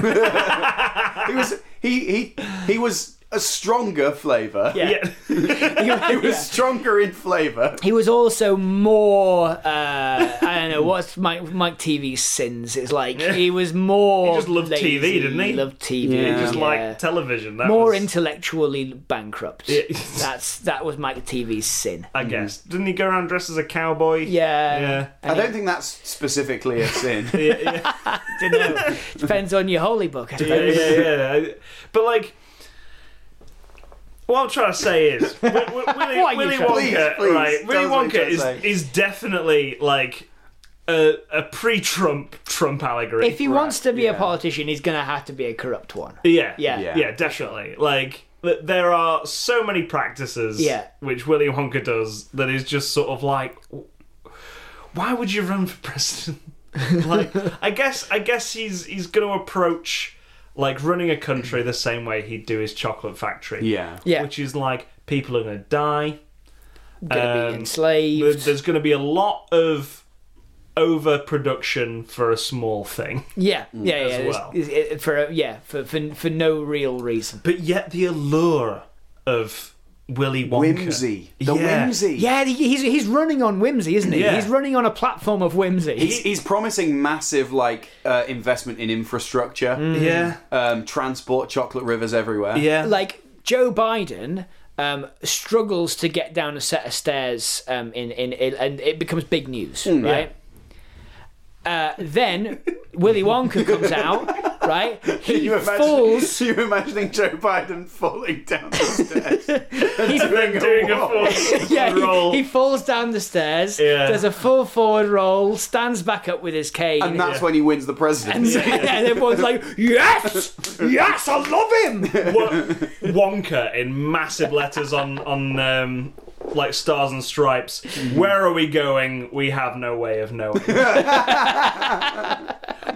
[SPEAKER 3] He was he he he was a stronger flavour.
[SPEAKER 1] Yeah.
[SPEAKER 3] He was stronger in flavour.
[SPEAKER 4] he was also more. Uh, I don't know what's Mike Mike TV's sins. It's like he was more.
[SPEAKER 1] He just loved
[SPEAKER 4] lazy,
[SPEAKER 1] TV, didn't he?
[SPEAKER 4] Loved TV.
[SPEAKER 3] Yeah. He
[SPEAKER 1] Just
[SPEAKER 4] yeah.
[SPEAKER 1] like television. That
[SPEAKER 4] more
[SPEAKER 1] was,
[SPEAKER 4] intellectually bankrupt. That's that was Mike TV's sin.
[SPEAKER 1] I guess. Didn't he go around dressed as a cowboy?
[SPEAKER 4] Mm. Yeah.
[SPEAKER 1] Yeah.
[SPEAKER 3] I don't think that's specifically a sin.
[SPEAKER 1] Yeah, yeah,
[SPEAKER 4] Dunno. Depends on your holy book,
[SPEAKER 1] yeah,
[SPEAKER 4] I suppose.
[SPEAKER 1] yeah, yeah. I- But like, what I'm trying to say is, Wi- Wi- Willy,
[SPEAKER 4] What are you
[SPEAKER 1] Willy
[SPEAKER 4] trying-
[SPEAKER 1] Wonka,
[SPEAKER 3] Please, please,
[SPEAKER 1] right? Willy
[SPEAKER 3] tell us what
[SPEAKER 1] Wonka
[SPEAKER 3] you're
[SPEAKER 1] is
[SPEAKER 3] trying to say.
[SPEAKER 1] is definitely like a, a pre-Trump Trump allegory.
[SPEAKER 4] If he wants to be a politician, he's gonna have to be a corrupt one.
[SPEAKER 1] Yeah.
[SPEAKER 4] Yeah.
[SPEAKER 1] Yeah,
[SPEAKER 3] Yeah.
[SPEAKER 1] definitely. Like, th- there are so many practices
[SPEAKER 4] Yeah.
[SPEAKER 1] which Willy Wonka does that is just sort of like, w- why would you run for president? like, I guess, I guess he's he's going to approach like running a country the same way he'd do his chocolate factory.
[SPEAKER 3] Yeah.
[SPEAKER 4] Yeah.
[SPEAKER 1] which is like people are going to die.
[SPEAKER 4] gonna
[SPEAKER 1] Um,
[SPEAKER 4] be
[SPEAKER 1] There-
[SPEAKER 4] enslaved.
[SPEAKER 1] There's going to be a lot of overproduction for a small thing.
[SPEAKER 4] yeah, yeah, yeah. it's-
[SPEAKER 1] Mm, well.
[SPEAKER 4] it's- it- for a- yeah, for, for for no real reason.
[SPEAKER 1] But yet the allure of Willy Wonka.
[SPEAKER 3] Whimsy. The
[SPEAKER 1] Yeah.
[SPEAKER 3] whimsy.
[SPEAKER 4] Yeah, he- he's he's running on whimsy, isn't he?
[SPEAKER 1] Yeah.
[SPEAKER 4] He's running on a platform of whimsy.
[SPEAKER 3] He's, he's promising massive like uh, investment in infrastructure,
[SPEAKER 1] Yeah.
[SPEAKER 3] um, transport, chocolate rivers everywhere.
[SPEAKER 1] Yeah.
[SPEAKER 4] like Joe Biden. Um, struggles to get down a set of stairs um, in, in, in and it becomes big
[SPEAKER 1] Hmm,
[SPEAKER 4] news, right? Uh, then Willy Wonka comes out, right? He
[SPEAKER 3] You imagine,
[SPEAKER 4] falls.
[SPEAKER 3] You're imagining Joe Biden falling down the stairs.
[SPEAKER 4] He's
[SPEAKER 3] doing a
[SPEAKER 1] Doing a
[SPEAKER 3] walk.
[SPEAKER 1] full
[SPEAKER 4] yeah, he-
[SPEAKER 1] roll.
[SPEAKER 4] He, falls down the stairs.
[SPEAKER 1] Yeah.
[SPEAKER 4] Does a full forward roll, stands back up with his cane,
[SPEAKER 3] And that's when he wins the presidency.
[SPEAKER 4] and everyone's like, "Yes, yes, I love him."
[SPEAKER 1] Wo- Wonka in massive letters on on um, like stars and stripes. Where are we going? We have no way of knowing.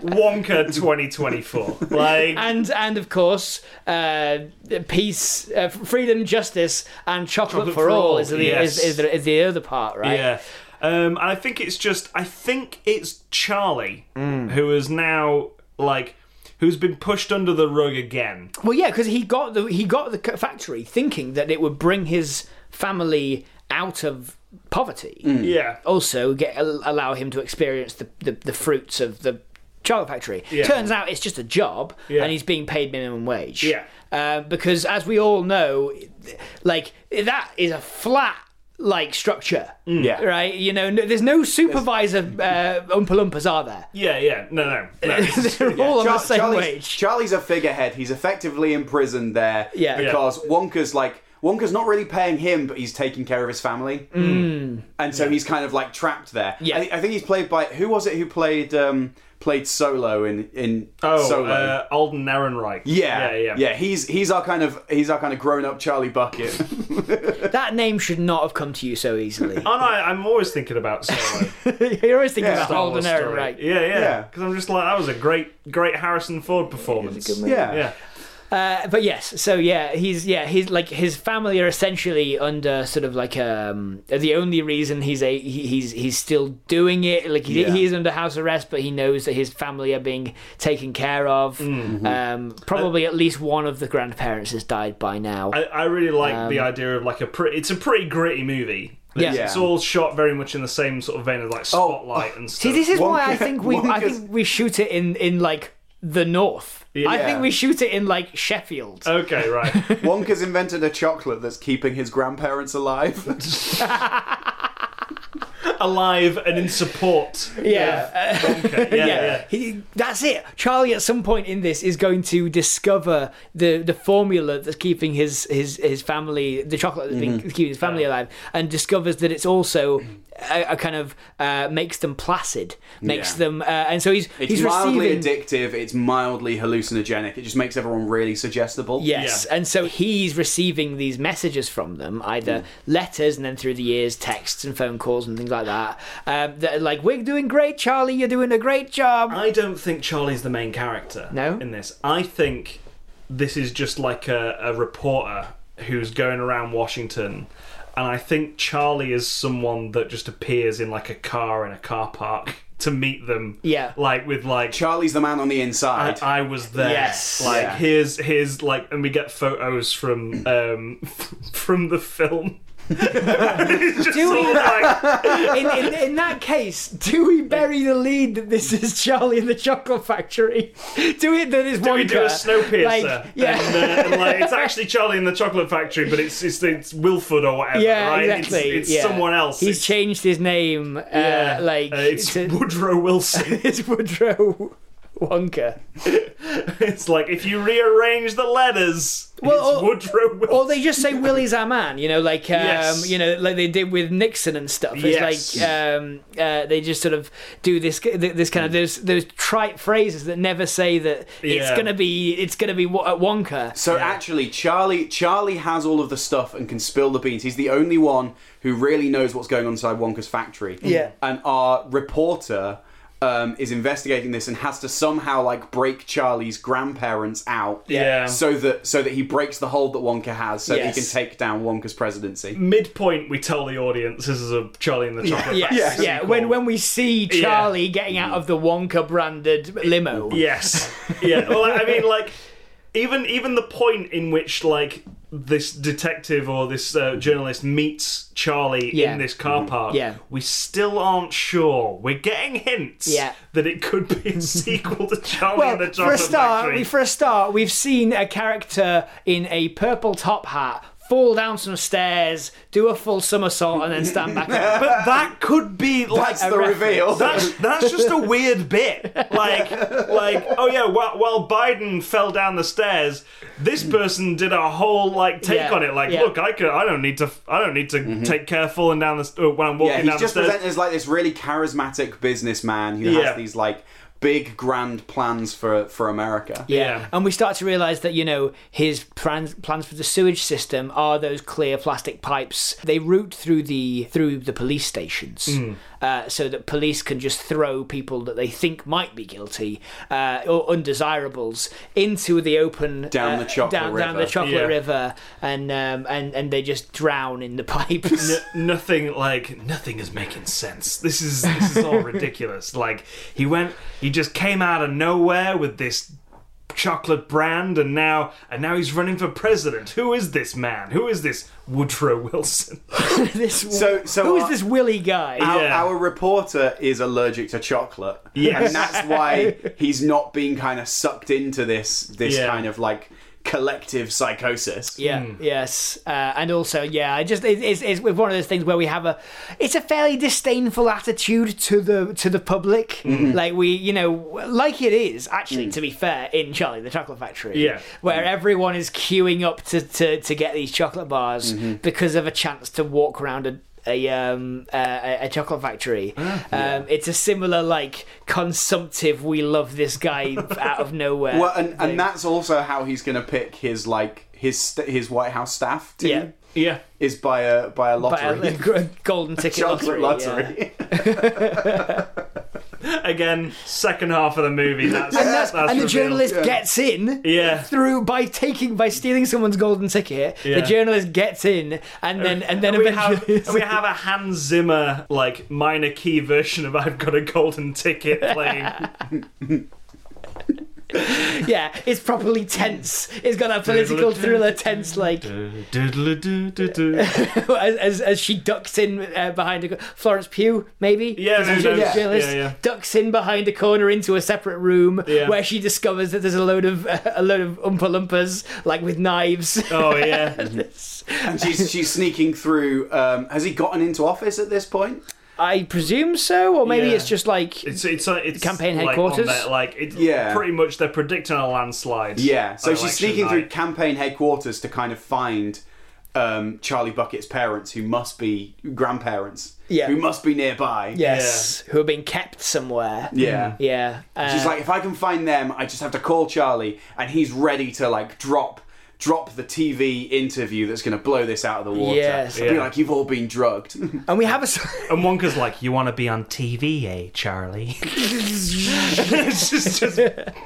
[SPEAKER 1] Wonka 2024. Like
[SPEAKER 4] And and of course, uh, peace, uh, freedom, justice, and chocolate, for,
[SPEAKER 1] for
[SPEAKER 4] all,
[SPEAKER 1] all,
[SPEAKER 4] is, the,
[SPEAKER 1] yes.
[SPEAKER 4] is, is, the, is the other part, right?
[SPEAKER 1] yeah. Um, and I think it's just I think it's Charlie who is now like who's been pushed under the rug again.
[SPEAKER 4] Well, yeah, because he got the he got the c- factory thinking that it would bring his family out of poverty.
[SPEAKER 1] Yeah.
[SPEAKER 4] Also, get al- allow him to experience the, the, the fruits of the chocolate factory.
[SPEAKER 1] Yeah.
[SPEAKER 4] Turns out it's just a job,
[SPEAKER 1] Yeah.
[SPEAKER 4] and he's being paid minimum wage.
[SPEAKER 1] Yeah.
[SPEAKER 4] Uh, because as we all know, like that is a flat like structure.
[SPEAKER 3] Mm. Yeah.
[SPEAKER 4] Right, you know, no, there's no supervisor uh, Oompa Loompas, are there?
[SPEAKER 1] Yeah, yeah. No, no. no. It's-
[SPEAKER 4] They're all on the
[SPEAKER 3] Char-
[SPEAKER 4] same
[SPEAKER 3] Charlie's,
[SPEAKER 4] wage.
[SPEAKER 3] Charlie's a figurehead. He's effectively imprisoned there
[SPEAKER 4] Yeah. Yeah.
[SPEAKER 3] because Wonka's like Wonka's not really paying him, but he's taking care of his family, and so he's kind of like trapped there.
[SPEAKER 4] Mm. Yeah.
[SPEAKER 3] I, I think he's played by who was it who played um, played Solo in in
[SPEAKER 1] oh,
[SPEAKER 3] Solo.
[SPEAKER 1] uh, Alden Ehrenreich.
[SPEAKER 3] yeah,
[SPEAKER 1] yeah, yeah.
[SPEAKER 3] He's he's our kind of he's our kind of grown up Charlie Bucket.
[SPEAKER 4] That name should not have come to you so easily.
[SPEAKER 1] Oh no, I, I'm always thinking about Solo.
[SPEAKER 4] You're always thinking
[SPEAKER 3] Yeah.
[SPEAKER 4] about
[SPEAKER 3] Star
[SPEAKER 4] Holden
[SPEAKER 1] Story.
[SPEAKER 4] Ehrenreich.
[SPEAKER 1] Yeah, yeah.
[SPEAKER 3] Yeah.
[SPEAKER 1] Because I'm just like that was a great, great Harrison Ford performance.
[SPEAKER 3] yeah.
[SPEAKER 1] Yeah,
[SPEAKER 4] Uh, but yes, so yeah, he's yeah, he's like his family are essentially under sort of like um the only reason he's a he, he's he's still doing it like he,
[SPEAKER 3] Yeah.
[SPEAKER 4] he is under house arrest, but he knows that his family are being taken care of. Um, probably at least one of the grandparents has died by now.
[SPEAKER 1] I, I really like the idea of like a pretty. It's a pretty gritty movie. It's,
[SPEAKER 4] Yeah.
[SPEAKER 1] it's all shot very much in the same sort of vein as like Spotlight and
[SPEAKER 4] See,
[SPEAKER 1] stuff.
[SPEAKER 4] this is why I
[SPEAKER 3] Wonka-
[SPEAKER 4] think we I
[SPEAKER 3] Wonka's-
[SPEAKER 4] think we shoot it in in like the north. I
[SPEAKER 3] Yeah.
[SPEAKER 4] think we shoot it in like Sheffield.
[SPEAKER 1] okay, right.
[SPEAKER 3] Wonka's invented a chocolate that's keeping his grandparents alive.
[SPEAKER 1] Alive and in support.
[SPEAKER 4] yeah.
[SPEAKER 1] Okay, yeah, yeah.
[SPEAKER 4] yeah, He, that's it. Charlie, at some point in this, is going to discover the, the formula that's keeping his his his family, the chocolate that's been keeping his family alive, and discovers that it's also a, a kind of uh, makes them placid, makes
[SPEAKER 3] Yeah.
[SPEAKER 4] them, uh, and so he's
[SPEAKER 3] It's
[SPEAKER 4] he's
[SPEAKER 3] mildly
[SPEAKER 4] receiving.
[SPEAKER 3] addictive. It's mildly hallucinogenic. It just makes everyone really suggestible.
[SPEAKER 4] Yes,
[SPEAKER 1] Yeah.
[SPEAKER 4] and so he's receiving these messages from them, either letters and then through the years, texts and phone calls and things like that. Um, that are like, "We're doing great, Charlie. You're doing a great job."
[SPEAKER 1] I don't think Charlie's the main character.
[SPEAKER 4] No?
[SPEAKER 1] In this, I think this is just like a, a reporter who's going around Washington, and I think Charlie is someone that just appears in like a car in a car park to meet them.
[SPEAKER 4] Yeah.
[SPEAKER 1] Like with like.
[SPEAKER 3] Charlie's the man on the inside.
[SPEAKER 1] I, I was there.
[SPEAKER 4] Yes.
[SPEAKER 1] Like
[SPEAKER 3] Yeah.
[SPEAKER 1] here's here's like, and we get photos from um from the film. it's just
[SPEAKER 4] Do we-
[SPEAKER 1] all like,
[SPEAKER 4] in, in, in that case, do we bury the lead that this is Charlie in the Chocolate Factory? Do we that is
[SPEAKER 1] do we do a Snowpiercer?
[SPEAKER 4] Like, yeah.
[SPEAKER 1] And, uh, and, like, it's actually Charlie in the Chocolate Factory, but it's it's, it's Wilford or whatever.
[SPEAKER 4] yeah,
[SPEAKER 1] right?
[SPEAKER 4] exactly.
[SPEAKER 1] It's, it's
[SPEAKER 4] yeah.
[SPEAKER 1] someone else.
[SPEAKER 4] He's
[SPEAKER 1] it's,
[SPEAKER 4] changed his name. Uh,
[SPEAKER 1] yeah.
[SPEAKER 4] like
[SPEAKER 1] Uh, it's
[SPEAKER 4] to-
[SPEAKER 1] Woodrow Wilson.
[SPEAKER 4] it's Woodrow Wonka.
[SPEAKER 1] it's like if you rearrange the letters,
[SPEAKER 4] Well, or-
[SPEAKER 1] it's Woodrow Wilson.
[SPEAKER 4] Or they just say Willie's our man, you know, like um,
[SPEAKER 1] Yes.
[SPEAKER 4] you know, like they did with Nixon and stuff. It's
[SPEAKER 1] Yes.
[SPEAKER 4] like um, uh, they just sort of do this this kind of those those trite phrases that never say that it's
[SPEAKER 1] Yeah.
[SPEAKER 4] gonna be it's gonna be wo- Wonka.
[SPEAKER 3] So actually, Charlie Charlie has all of the stuff and can spill the beans. He's the only one who really knows what's going on inside Wonka's factory.
[SPEAKER 4] Yeah.
[SPEAKER 3] And our reporter um, is investigating this and has to somehow like break Charlie's grandparents out.
[SPEAKER 1] Yeah.
[SPEAKER 3] So that so that he breaks the hold that Wonka has, so that he
[SPEAKER 4] Yes.
[SPEAKER 3] can take down Wonka's presidency.
[SPEAKER 1] midpoint we tell the audience this is a Charlie and the Chocolate
[SPEAKER 4] Yes,
[SPEAKER 1] Factory
[SPEAKER 4] yeah.
[SPEAKER 1] sequel.
[SPEAKER 4] When when we see Charlie getting out of the Wonka branded limo,
[SPEAKER 1] yes, yeah. Well, I mean, like even even the point in which like this detective or this uh, journalist meets Charlie
[SPEAKER 4] Yeah.
[SPEAKER 1] in this
[SPEAKER 4] Mm-hmm.
[SPEAKER 1] car park,
[SPEAKER 4] Yeah.
[SPEAKER 1] we still aren't sure. We're getting hints
[SPEAKER 4] Yeah.
[SPEAKER 1] that it could be a sequel to Charlie
[SPEAKER 4] Well,
[SPEAKER 1] and the
[SPEAKER 4] for a
[SPEAKER 1] Chocolate
[SPEAKER 4] start,
[SPEAKER 1] Factory.
[SPEAKER 4] we, for a start, we've seen a character in a purple top hat fall down some stairs, do a full somersault, and then stand back up.
[SPEAKER 1] But that could be like
[SPEAKER 3] That's the reveal.
[SPEAKER 1] That's that's just a weird bit. Like like oh yeah, while, while Biden fell down the stairs, this person did a whole like take
[SPEAKER 4] Yeah,
[SPEAKER 1] on it. Like
[SPEAKER 4] yeah.
[SPEAKER 1] look, I could I don't need to I don't need to take care falling down the st- when I'm walking
[SPEAKER 3] Mm-hmm.
[SPEAKER 1] down
[SPEAKER 3] yeah, he's just
[SPEAKER 1] the stairs.
[SPEAKER 3] presented as like this really charismatic businessman who
[SPEAKER 1] Yeah.
[SPEAKER 3] has these like big grand plans for for America.
[SPEAKER 1] Yeah.
[SPEAKER 4] And we start to realize that, you know, his plans, plans for the sewage system are those clear plastic pipes. They route through the through the police stations
[SPEAKER 1] Mm.
[SPEAKER 4] uh, so that police can just throw people that they think might be guilty uh, or undesirables into the open
[SPEAKER 3] Down the
[SPEAKER 4] uh,
[SPEAKER 3] chocolate
[SPEAKER 4] down, down the
[SPEAKER 3] river.
[SPEAKER 4] chocolate
[SPEAKER 1] Yeah.
[SPEAKER 4] river and um, and and they just drown in the pipes.
[SPEAKER 1] N- nothing like nothing is making sense. This is this is all ridiculous. Like he went, he just came out of nowhere with this chocolate brand, and now and now he's running for president. Who is this man? Who is this Woodrow Wilson?
[SPEAKER 4] this,
[SPEAKER 3] So- so
[SPEAKER 4] who is
[SPEAKER 3] I-
[SPEAKER 4] this Willy guy?
[SPEAKER 3] Our,
[SPEAKER 1] Yeah.
[SPEAKER 3] our reporter is allergic to chocolate.
[SPEAKER 1] Yes.
[SPEAKER 3] And that's why he's not being kind of sucked into this this
[SPEAKER 1] Yeah.
[SPEAKER 3] kind of like collective psychosis.
[SPEAKER 4] Yeah. Yes. Uh, and also, yeah, I just it, it's it's with one of those things where we have a it's a fairly disdainful attitude to the to the public. Like we, you know, like it is actually to be fair in Charlie the Chocolate Factory.
[SPEAKER 1] Yeah.
[SPEAKER 4] Where everyone is queuing up to to, to get these chocolate bars because of a chance to walk around a. A, um, a- a, a chocolate factory. Um, it's a similar like consumptive. We love this guy out of nowhere.
[SPEAKER 3] Well, and, and that's also how he's going to pick his like his st- his White House staff team
[SPEAKER 4] Yeah.
[SPEAKER 1] Yeah,
[SPEAKER 3] is by a by a
[SPEAKER 4] But
[SPEAKER 3] lottery.
[SPEAKER 4] a, a golden ticket
[SPEAKER 3] Chocolate
[SPEAKER 4] lottery. yeah.
[SPEAKER 3] lottery.
[SPEAKER 1] again, second half of the movie. That's
[SPEAKER 4] and, that's,
[SPEAKER 1] that's
[SPEAKER 4] and the
[SPEAKER 1] revealed.
[SPEAKER 4] journalist
[SPEAKER 3] Yeah.
[SPEAKER 4] gets in
[SPEAKER 1] Yeah.
[SPEAKER 4] through by taking by stealing someone's golden ticket.
[SPEAKER 1] Yeah.
[SPEAKER 4] The journalist gets in and then and then
[SPEAKER 1] And we have
[SPEAKER 4] eventually
[SPEAKER 1] and we have a Hans Zimmer like minor key version of "I've Got a Golden Ticket" playing.
[SPEAKER 4] yeah, it's properly tense. It's got that political thriller tense like
[SPEAKER 1] yeah,
[SPEAKER 4] as, as, as she ducks in uh, behind a co- Florence Pugh maybe
[SPEAKER 1] Yeah,
[SPEAKER 4] Is
[SPEAKER 1] who
[SPEAKER 4] the
[SPEAKER 1] knows?
[SPEAKER 4] journalist
[SPEAKER 1] Yeah, yeah.
[SPEAKER 4] ducks in behind a corner into a separate room
[SPEAKER 1] Yeah.
[SPEAKER 4] where she discovers that there's a load of a load of umpa lumpas like with knives.
[SPEAKER 1] oh yeah.
[SPEAKER 3] and she's she's sneaking through. Um, has he gotten into office at this point?
[SPEAKER 4] I presume so, or maybe
[SPEAKER 1] Yeah.
[SPEAKER 4] it's just like
[SPEAKER 1] It's it's uh, it's
[SPEAKER 4] Campaign
[SPEAKER 1] like, on
[SPEAKER 4] headquarters?
[SPEAKER 1] their- like it's
[SPEAKER 3] Yeah.
[SPEAKER 1] pretty much they're predicting a landslide.
[SPEAKER 3] Yeah. So
[SPEAKER 1] on
[SPEAKER 3] she's
[SPEAKER 1] election
[SPEAKER 3] sneaking through
[SPEAKER 1] night.
[SPEAKER 3] campaign headquarters to kind of find um, Charlie Bucket's parents, who must be grandparents,
[SPEAKER 4] Yeah.
[SPEAKER 3] who must be nearby.
[SPEAKER 4] Yes, who have been kept somewhere.
[SPEAKER 3] Yeah.
[SPEAKER 4] Yeah. Uh,
[SPEAKER 3] She's like, if I can find them, I just have to call Charlie, and he's ready to like drop drop the TV interview that's going to blow this out of the water.
[SPEAKER 4] Yes.
[SPEAKER 3] Be
[SPEAKER 1] Yeah.
[SPEAKER 3] like, you've all been drugged.
[SPEAKER 4] and we have a. s-
[SPEAKER 1] and Wonka's like, "You want to be on TV, eh, Charlie?" it's just just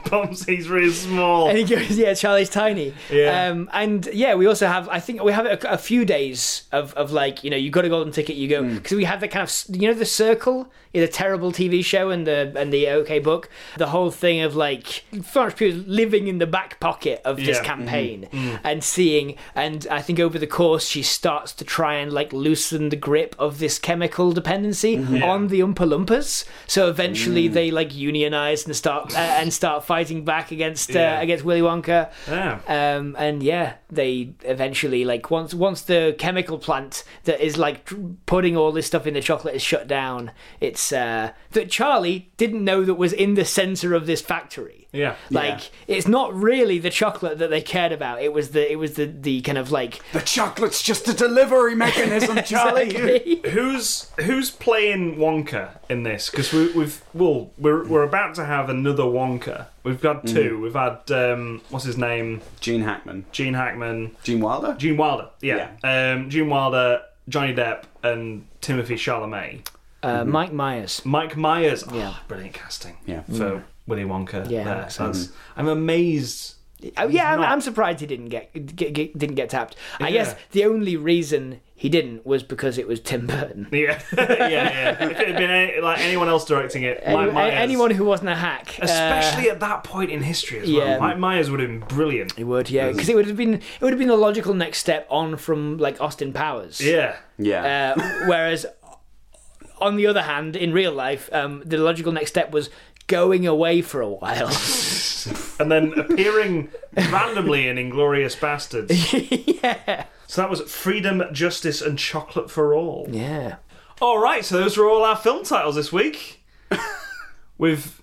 [SPEAKER 1] bumps. He's really small.
[SPEAKER 4] And he goes, yeah, Charlie's tiny.
[SPEAKER 1] Yeah.
[SPEAKER 4] Um, and yeah, we also have, I think we have a, a few days of, of like, you know, you got a golden ticket, you go.
[SPEAKER 1] Hmm.
[SPEAKER 4] Because we have the kind of, s- you know, The Circle, the terrible TV show and the and the OK book. The whole thing of like, Florence Pugh living in the back pocket of this
[SPEAKER 1] Yeah. Mm-hmm.
[SPEAKER 4] campaign and seeing, and I think over the course, she starts to try and like loosen the grip of this chemical dependency
[SPEAKER 1] Mm-hmm.
[SPEAKER 4] on the Oompa Loompas. So
[SPEAKER 1] Mm.
[SPEAKER 4] eventually they like unionize and start, uh, and start fighting back against, uh,
[SPEAKER 1] Yeah.
[SPEAKER 4] against against Willy Wonka.
[SPEAKER 1] Yeah.
[SPEAKER 4] Um, and yeah, they eventually like once once the chemical plant that is like dr- putting all this stuff in the chocolate is shut down. It's uh, that Charlie didn't know that was in the center of this factory.
[SPEAKER 1] Yeah.
[SPEAKER 4] Like it's not really the chocolate that they cared about. It was the it was the the kind of like
[SPEAKER 3] the chocolate's just a delivery mechanism, Charlie.
[SPEAKER 1] Who's who's playing Wonka in this? Because we, we've well, we're we're about to have another Wonka. We've got two. We've had um, what's his name,
[SPEAKER 3] Gene Hackman,
[SPEAKER 1] Gene Hackman,
[SPEAKER 3] Gene Wilder.
[SPEAKER 1] Gene Wilder. Yeah, Um, Gene Wilder, Johnny Depp, and Timothy Chalamet.
[SPEAKER 4] uh,
[SPEAKER 1] Mm-hmm.
[SPEAKER 4] Mike Myers.
[SPEAKER 1] Mike Myers.
[SPEAKER 4] Yeah. Mm.
[SPEAKER 1] Oh, brilliant casting.
[SPEAKER 3] Yeah.
[SPEAKER 1] For Willy Wonka.
[SPEAKER 4] Yeah,
[SPEAKER 1] there.
[SPEAKER 4] makes
[SPEAKER 1] That's- I'm amazed.
[SPEAKER 4] Oh, yeah, I'm,
[SPEAKER 1] not.
[SPEAKER 4] I'm surprised he didn't get, get, get- didn't get tapped. I
[SPEAKER 1] Yeah.
[SPEAKER 4] guess the only reason he didn't was because it was Tim Burton.
[SPEAKER 1] Yeah, yeah, yeah. If it had been any, like anyone else directing it,
[SPEAKER 4] Any-
[SPEAKER 1] Mike Myers,
[SPEAKER 4] anyone who wasn't a hack, uh,
[SPEAKER 1] especially at that point in history as
[SPEAKER 4] yeah.
[SPEAKER 1] well, Mike Myers would have been brilliant.
[SPEAKER 4] It would, yeah, because it would have been it would have been the logical next step on from like Austin Powers.
[SPEAKER 1] Yeah,
[SPEAKER 3] Yeah.
[SPEAKER 4] Uh, whereas, on the other hand, in real life, um, the logical next step was going away for a while.
[SPEAKER 1] and then appearing randomly in Inglorious Bastards.
[SPEAKER 4] yeah.
[SPEAKER 1] So that was Freedom, Justice, and Chocolate for All.
[SPEAKER 4] Yeah.
[SPEAKER 1] All right, so those were all our film titles this week. We've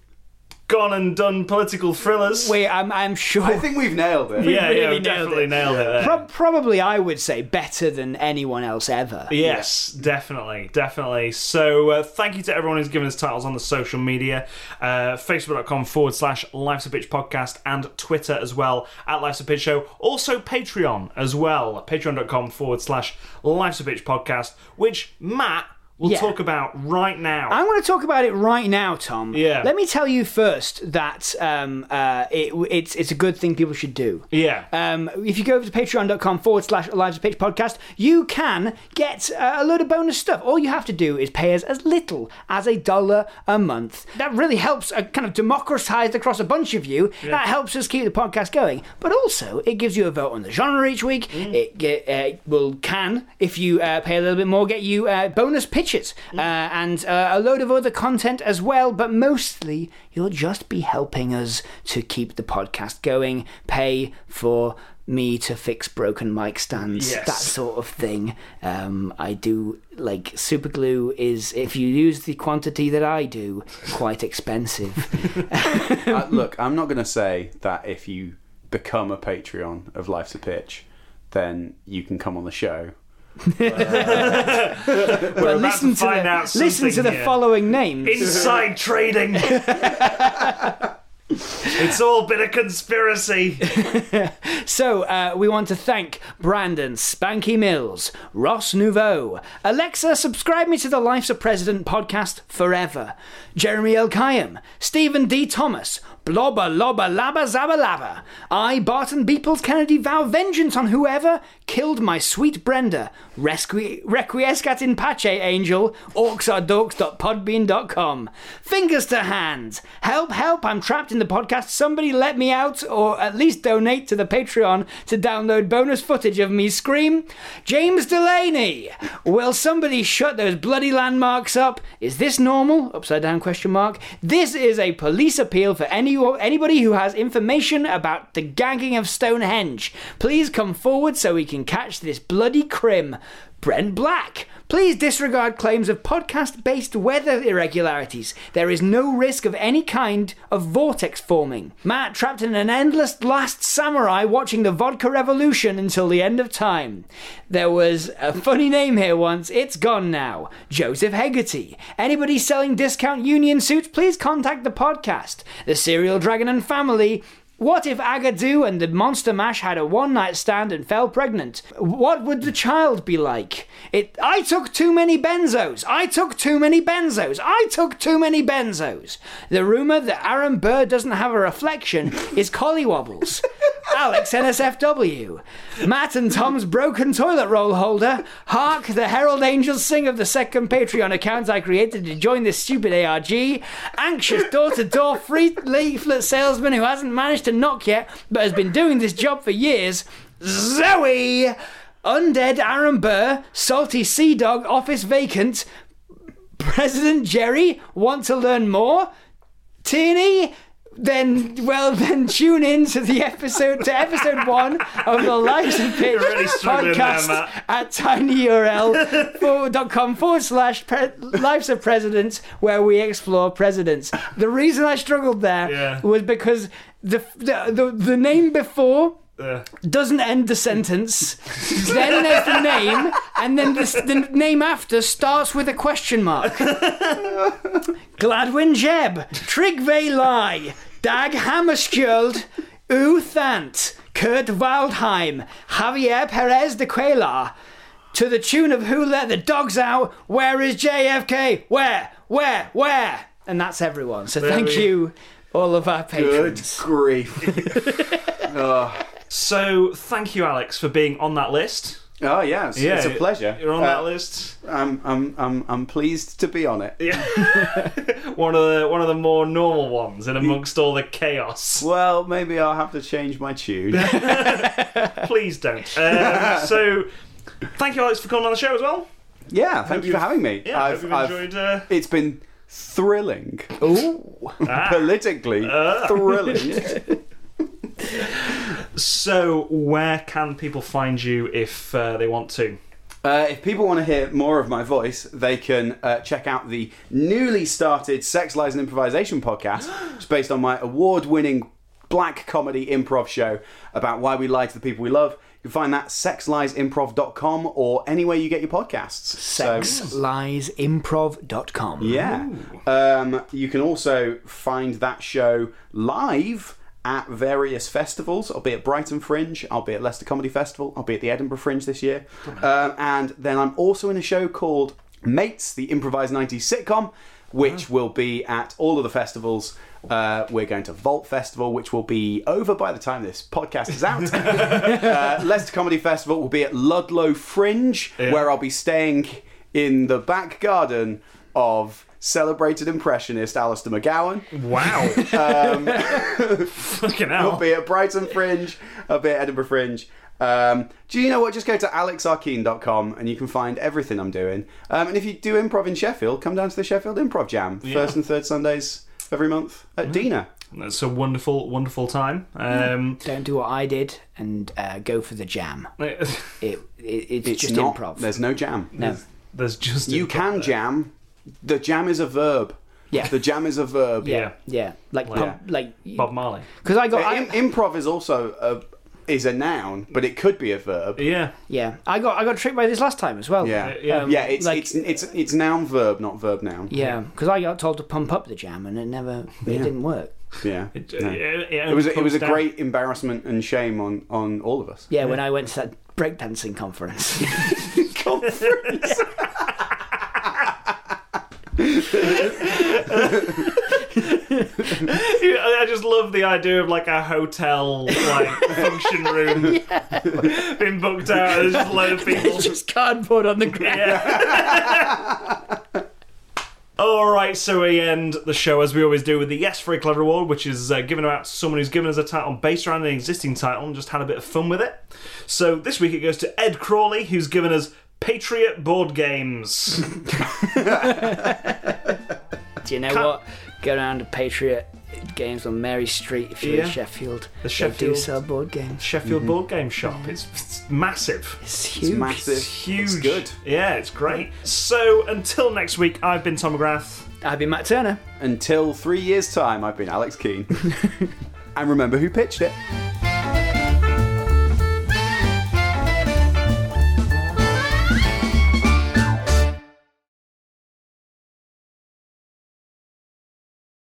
[SPEAKER 1] gone and done political thrillers.
[SPEAKER 4] Wait, I'm I'm sure.
[SPEAKER 3] I think we've nailed it.
[SPEAKER 1] yeah,
[SPEAKER 4] really
[SPEAKER 1] yeah, we
[SPEAKER 4] nailed
[SPEAKER 1] definitely
[SPEAKER 4] it.
[SPEAKER 1] nailed it. there.
[SPEAKER 4] Pro- probably I would say better than anyone else ever.
[SPEAKER 1] Yes, definitely, definitely. So, uh, thank you to everyone who's given us titles on the social media uh, facebook.com forward slash Life's a Bitch podcast and Twitter as well at Life's a Bitch Show. Also, Patreon as well, patreon.com forward slash Life's a Bitch podcast, which Matt will
[SPEAKER 4] Yeah.
[SPEAKER 1] talk about right now.
[SPEAKER 4] I'm going to talk about it right now, Tom.
[SPEAKER 1] Yeah.
[SPEAKER 4] Let me tell you first that um, uh, it, it's it's a good thing people should do.
[SPEAKER 1] yeah.
[SPEAKER 4] Um, if you go over to patreon.com forward slash lives of pitch podcast, you can get uh, a load of bonus stuff. All you have to do is pay us as little as a dollar a month. That really helps uh, kind of democratized across a bunch of you. That helps us keep the podcast going. But also, it gives you a vote on the genre each week.
[SPEAKER 1] Mm.
[SPEAKER 4] It ge- uh, will can, if you uh, pay a little bit more, get you uh, bonus pitches
[SPEAKER 1] Mm.
[SPEAKER 4] uh, and uh, a load of other content as well. But mostly, you'll just be helping us to keep the podcast going. Pay for me to fix broken mic stands,
[SPEAKER 1] Yes.
[SPEAKER 4] that sort of thing. Um, I do like super glue is if you use the quantity that I do, quite expensive.
[SPEAKER 3] Uh, look, I'm not going to say that if you become a Patreon of Life's a Pitch, then you can come on the show.
[SPEAKER 1] We're
[SPEAKER 4] but
[SPEAKER 1] about
[SPEAKER 4] listen
[SPEAKER 1] to
[SPEAKER 4] to,
[SPEAKER 1] find
[SPEAKER 4] the,
[SPEAKER 1] out
[SPEAKER 4] listen to
[SPEAKER 1] something
[SPEAKER 4] the
[SPEAKER 1] here.
[SPEAKER 4] following names.
[SPEAKER 1] Inside trading. it's all been a conspiracy.
[SPEAKER 4] So, uh, we want to thank Brandon Spanky Mills, Ross Nouveau, Alexa, subscribe me to the Life's a President podcast forever, Jeremy L. Kayam, Stephen D. Thomas, Blobba Lobba Labba Zabba Labba, I, Barton Beeples Kennedy, vow vengeance on whoever killed my sweet Brenda, Resqui- Requiescat in Pace Angel, orcsardorks.podbean.com, Fingers to Hands, Help, Help, I'm trapped in the podcast, somebody let me out, or at least donate to the Patreon to download bonus footage of me scream. James Delaney, will somebody shut those bloody landmarks up? Is this normal? Upside down question mark. This is a police appeal for any anybody who has information about the gagging of Stonehenge. Please come forward so we can catch this bloody crim. Brent Black. Please disregard claims of podcast based weather irregularities. There is no risk of any kind of vortex forming. Matt trapped in an endless last samurai watching the vodka revolution until the end of time. There was a funny name here once, it's gone now. Joseph Hegarty. Anybody selling discount union suits, please contact the podcast. The Serial Dragon and Family. What if Agadoo and the Monster Mash had a one night stand and fell pregnant? What would the child be like? It I took too many benzos. I took too many benzos. I took too many benzos. The rumor that Aaron Burr doesn't have a reflection is collywobbles. Alex NSFW, Matt and Tom's broken toilet roll holder, Hark, the Herald Angels sing of the second Patreon account I created to join this stupid ARG, anxious door-to-door free leaflet salesman who hasn't managed to knock yet but has been doing this job for years, Zoe, undead Aaron Burr, salty sea dog, office vacant, President Jerry, want to learn more? Tierney, then well, then tune in to the episode to episode one of the Lives of Pitch
[SPEAKER 1] really struggling there,
[SPEAKER 4] podcast
[SPEAKER 1] Matt.
[SPEAKER 4] at tinyurl.com forward slash pre- Lives of Presidents, where we explore presidents. The reason I struggled there
[SPEAKER 1] Yeah.
[SPEAKER 4] was because the the the, the name before
[SPEAKER 1] Uh,
[SPEAKER 4] doesn't end the sentence. then there's the name, and then the, s- the name after starts with a question mark. Gladwin Jeb, Trigve Lai, Dag Hammarskjöld, U Thant, Kurt Waldheim, Javier Perez de Cuellar. To the tune of Who Let the Dogs Out, Where is JFK? Where? Where? Where? And that's everyone. So thank
[SPEAKER 1] we-
[SPEAKER 4] you, all of our
[SPEAKER 3] Good
[SPEAKER 4] patrons.
[SPEAKER 3] grief. oh.
[SPEAKER 1] so, thank you, Alex, for being on that list.
[SPEAKER 3] oh, yeah, it's, it's a pleasure.
[SPEAKER 1] You're on
[SPEAKER 3] Uh,
[SPEAKER 1] that list.
[SPEAKER 3] I'm, I'm, I'm, I'm pleased to be on it.
[SPEAKER 1] One of the one of the more normal ones, and amongst all the chaos,
[SPEAKER 3] Well, maybe I'll have to change my tune.
[SPEAKER 1] please don't. Um, so, thank you, Alex, for coming on the show as well.
[SPEAKER 3] yeah, thank you for
[SPEAKER 1] you've-
[SPEAKER 3] having me.
[SPEAKER 1] Yeah, hope you've enjoyed. Uh,
[SPEAKER 3] It's been thrilling.
[SPEAKER 4] Ooh.
[SPEAKER 1] ah.
[SPEAKER 3] Politically thrilling.
[SPEAKER 1] So, where can people find you if uh, they want to?
[SPEAKER 3] Uh, if people want to hear more of my voice, they can uh, check out the newly started Sex, Lies, and Improvisation podcast. It's based on my award winning black comedy improv show about why we lie to the people we love. You can find that at sexliesimprov.com or anywhere you get your podcasts. So-
[SPEAKER 4] Sexliesimprov.com.
[SPEAKER 3] yeah. Um, you can also find that show live at various festivals. I'll be at Brighton Fringe, I'll be at Leicester Comedy Festival, I'll be at the Edinburgh Fringe this year. Um, and then I'm also in a show called Mates, the improvised 90s sitcom, which will be at all of the festivals. Uh, we're going to Vault Festival, which will be over by the time this podcast is out. uh, Leicester Comedy Festival will be at Ludlow Fringe, where I'll be staying in the back garden of celebrated impressionist Alistair McGowan.
[SPEAKER 1] Wow. Fucking
[SPEAKER 3] I'll
[SPEAKER 1] hell.
[SPEAKER 3] Um, be at Brighton Fringe, I'll be at Edinburgh Fringe. Um, do you know what? Just go to alexarkeen.com and you can find everything I'm doing. Um, and if you do improv in Sheffield, come down to the Sheffield Improv Jam, first and third Sundays of every month at Dina.
[SPEAKER 1] That's a wonderful, wonderful time. Um,
[SPEAKER 4] Don't do what I did and uh, go for the jam. It, it, it's,
[SPEAKER 3] It's
[SPEAKER 4] just
[SPEAKER 3] not,
[SPEAKER 4] improv.
[SPEAKER 3] There's no jam.
[SPEAKER 4] no.
[SPEAKER 1] There's just
[SPEAKER 3] You can jam. The jam is a verb.
[SPEAKER 4] Yeah.
[SPEAKER 3] The jam is a verb.
[SPEAKER 1] Yeah.
[SPEAKER 4] Yeah. Like, pub, like,
[SPEAKER 1] Bob Marley.
[SPEAKER 4] because I got, I,
[SPEAKER 3] Im- improv is also a, is a noun, but it could be a verb.
[SPEAKER 1] Yeah.
[SPEAKER 4] yeah, I got, I got tricked by this last time as well. Um,
[SPEAKER 3] Yeah.
[SPEAKER 1] yeah.
[SPEAKER 3] Yeah, it's,
[SPEAKER 4] like-
[SPEAKER 3] it's it's it's noun verb, not verb noun.
[SPEAKER 4] Yeah, because I got told to pump up the jam and it never, it didn't work.
[SPEAKER 3] Yeah.
[SPEAKER 1] It,
[SPEAKER 3] No.
[SPEAKER 1] it-
[SPEAKER 3] It was
[SPEAKER 1] only
[SPEAKER 3] it was a
[SPEAKER 1] comes down-
[SPEAKER 3] great embarrassment and shame on on all of us.
[SPEAKER 4] Yeah, when I went to that breakdancing conference.
[SPEAKER 1] Yeah, I I just love the idea of like a hotel like function room being booked out. There's just a load of people.
[SPEAKER 4] it's just cardboard on the ground.
[SPEAKER 1] All right, so we end the show as we always do with the Yes for a Clever Award, which is uh, given out to someone who's given us a title based around an existing title and just had a bit of fun with it. So this week it goes to Ed Crawley, who's given us Patriot Board Games.
[SPEAKER 4] Do you know what? Go down to Patriot Games on Mary Street if you're
[SPEAKER 1] Yeah.
[SPEAKER 4] in Sheffield.
[SPEAKER 1] The
[SPEAKER 4] They do
[SPEAKER 1] Sheffield-
[SPEAKER 4] sell board games.
[SPEAKER 1] Sheffield Board Game Shop. It's, it's massive.
[SPEAKER 4] It's huge.
[SPEAKER 3] It's massive.
[SPEAKER 1] It's huge.
[SPEAKER 3] It's good.
[SPEAKER 1] Yeah, it's great. So until next week, I've been Tom McGrath.
[SPEAKER 4] I've been Matt Turner.
[SPEAKER 3] Until three years time, I've been Alex Keane. and remember who pitched it.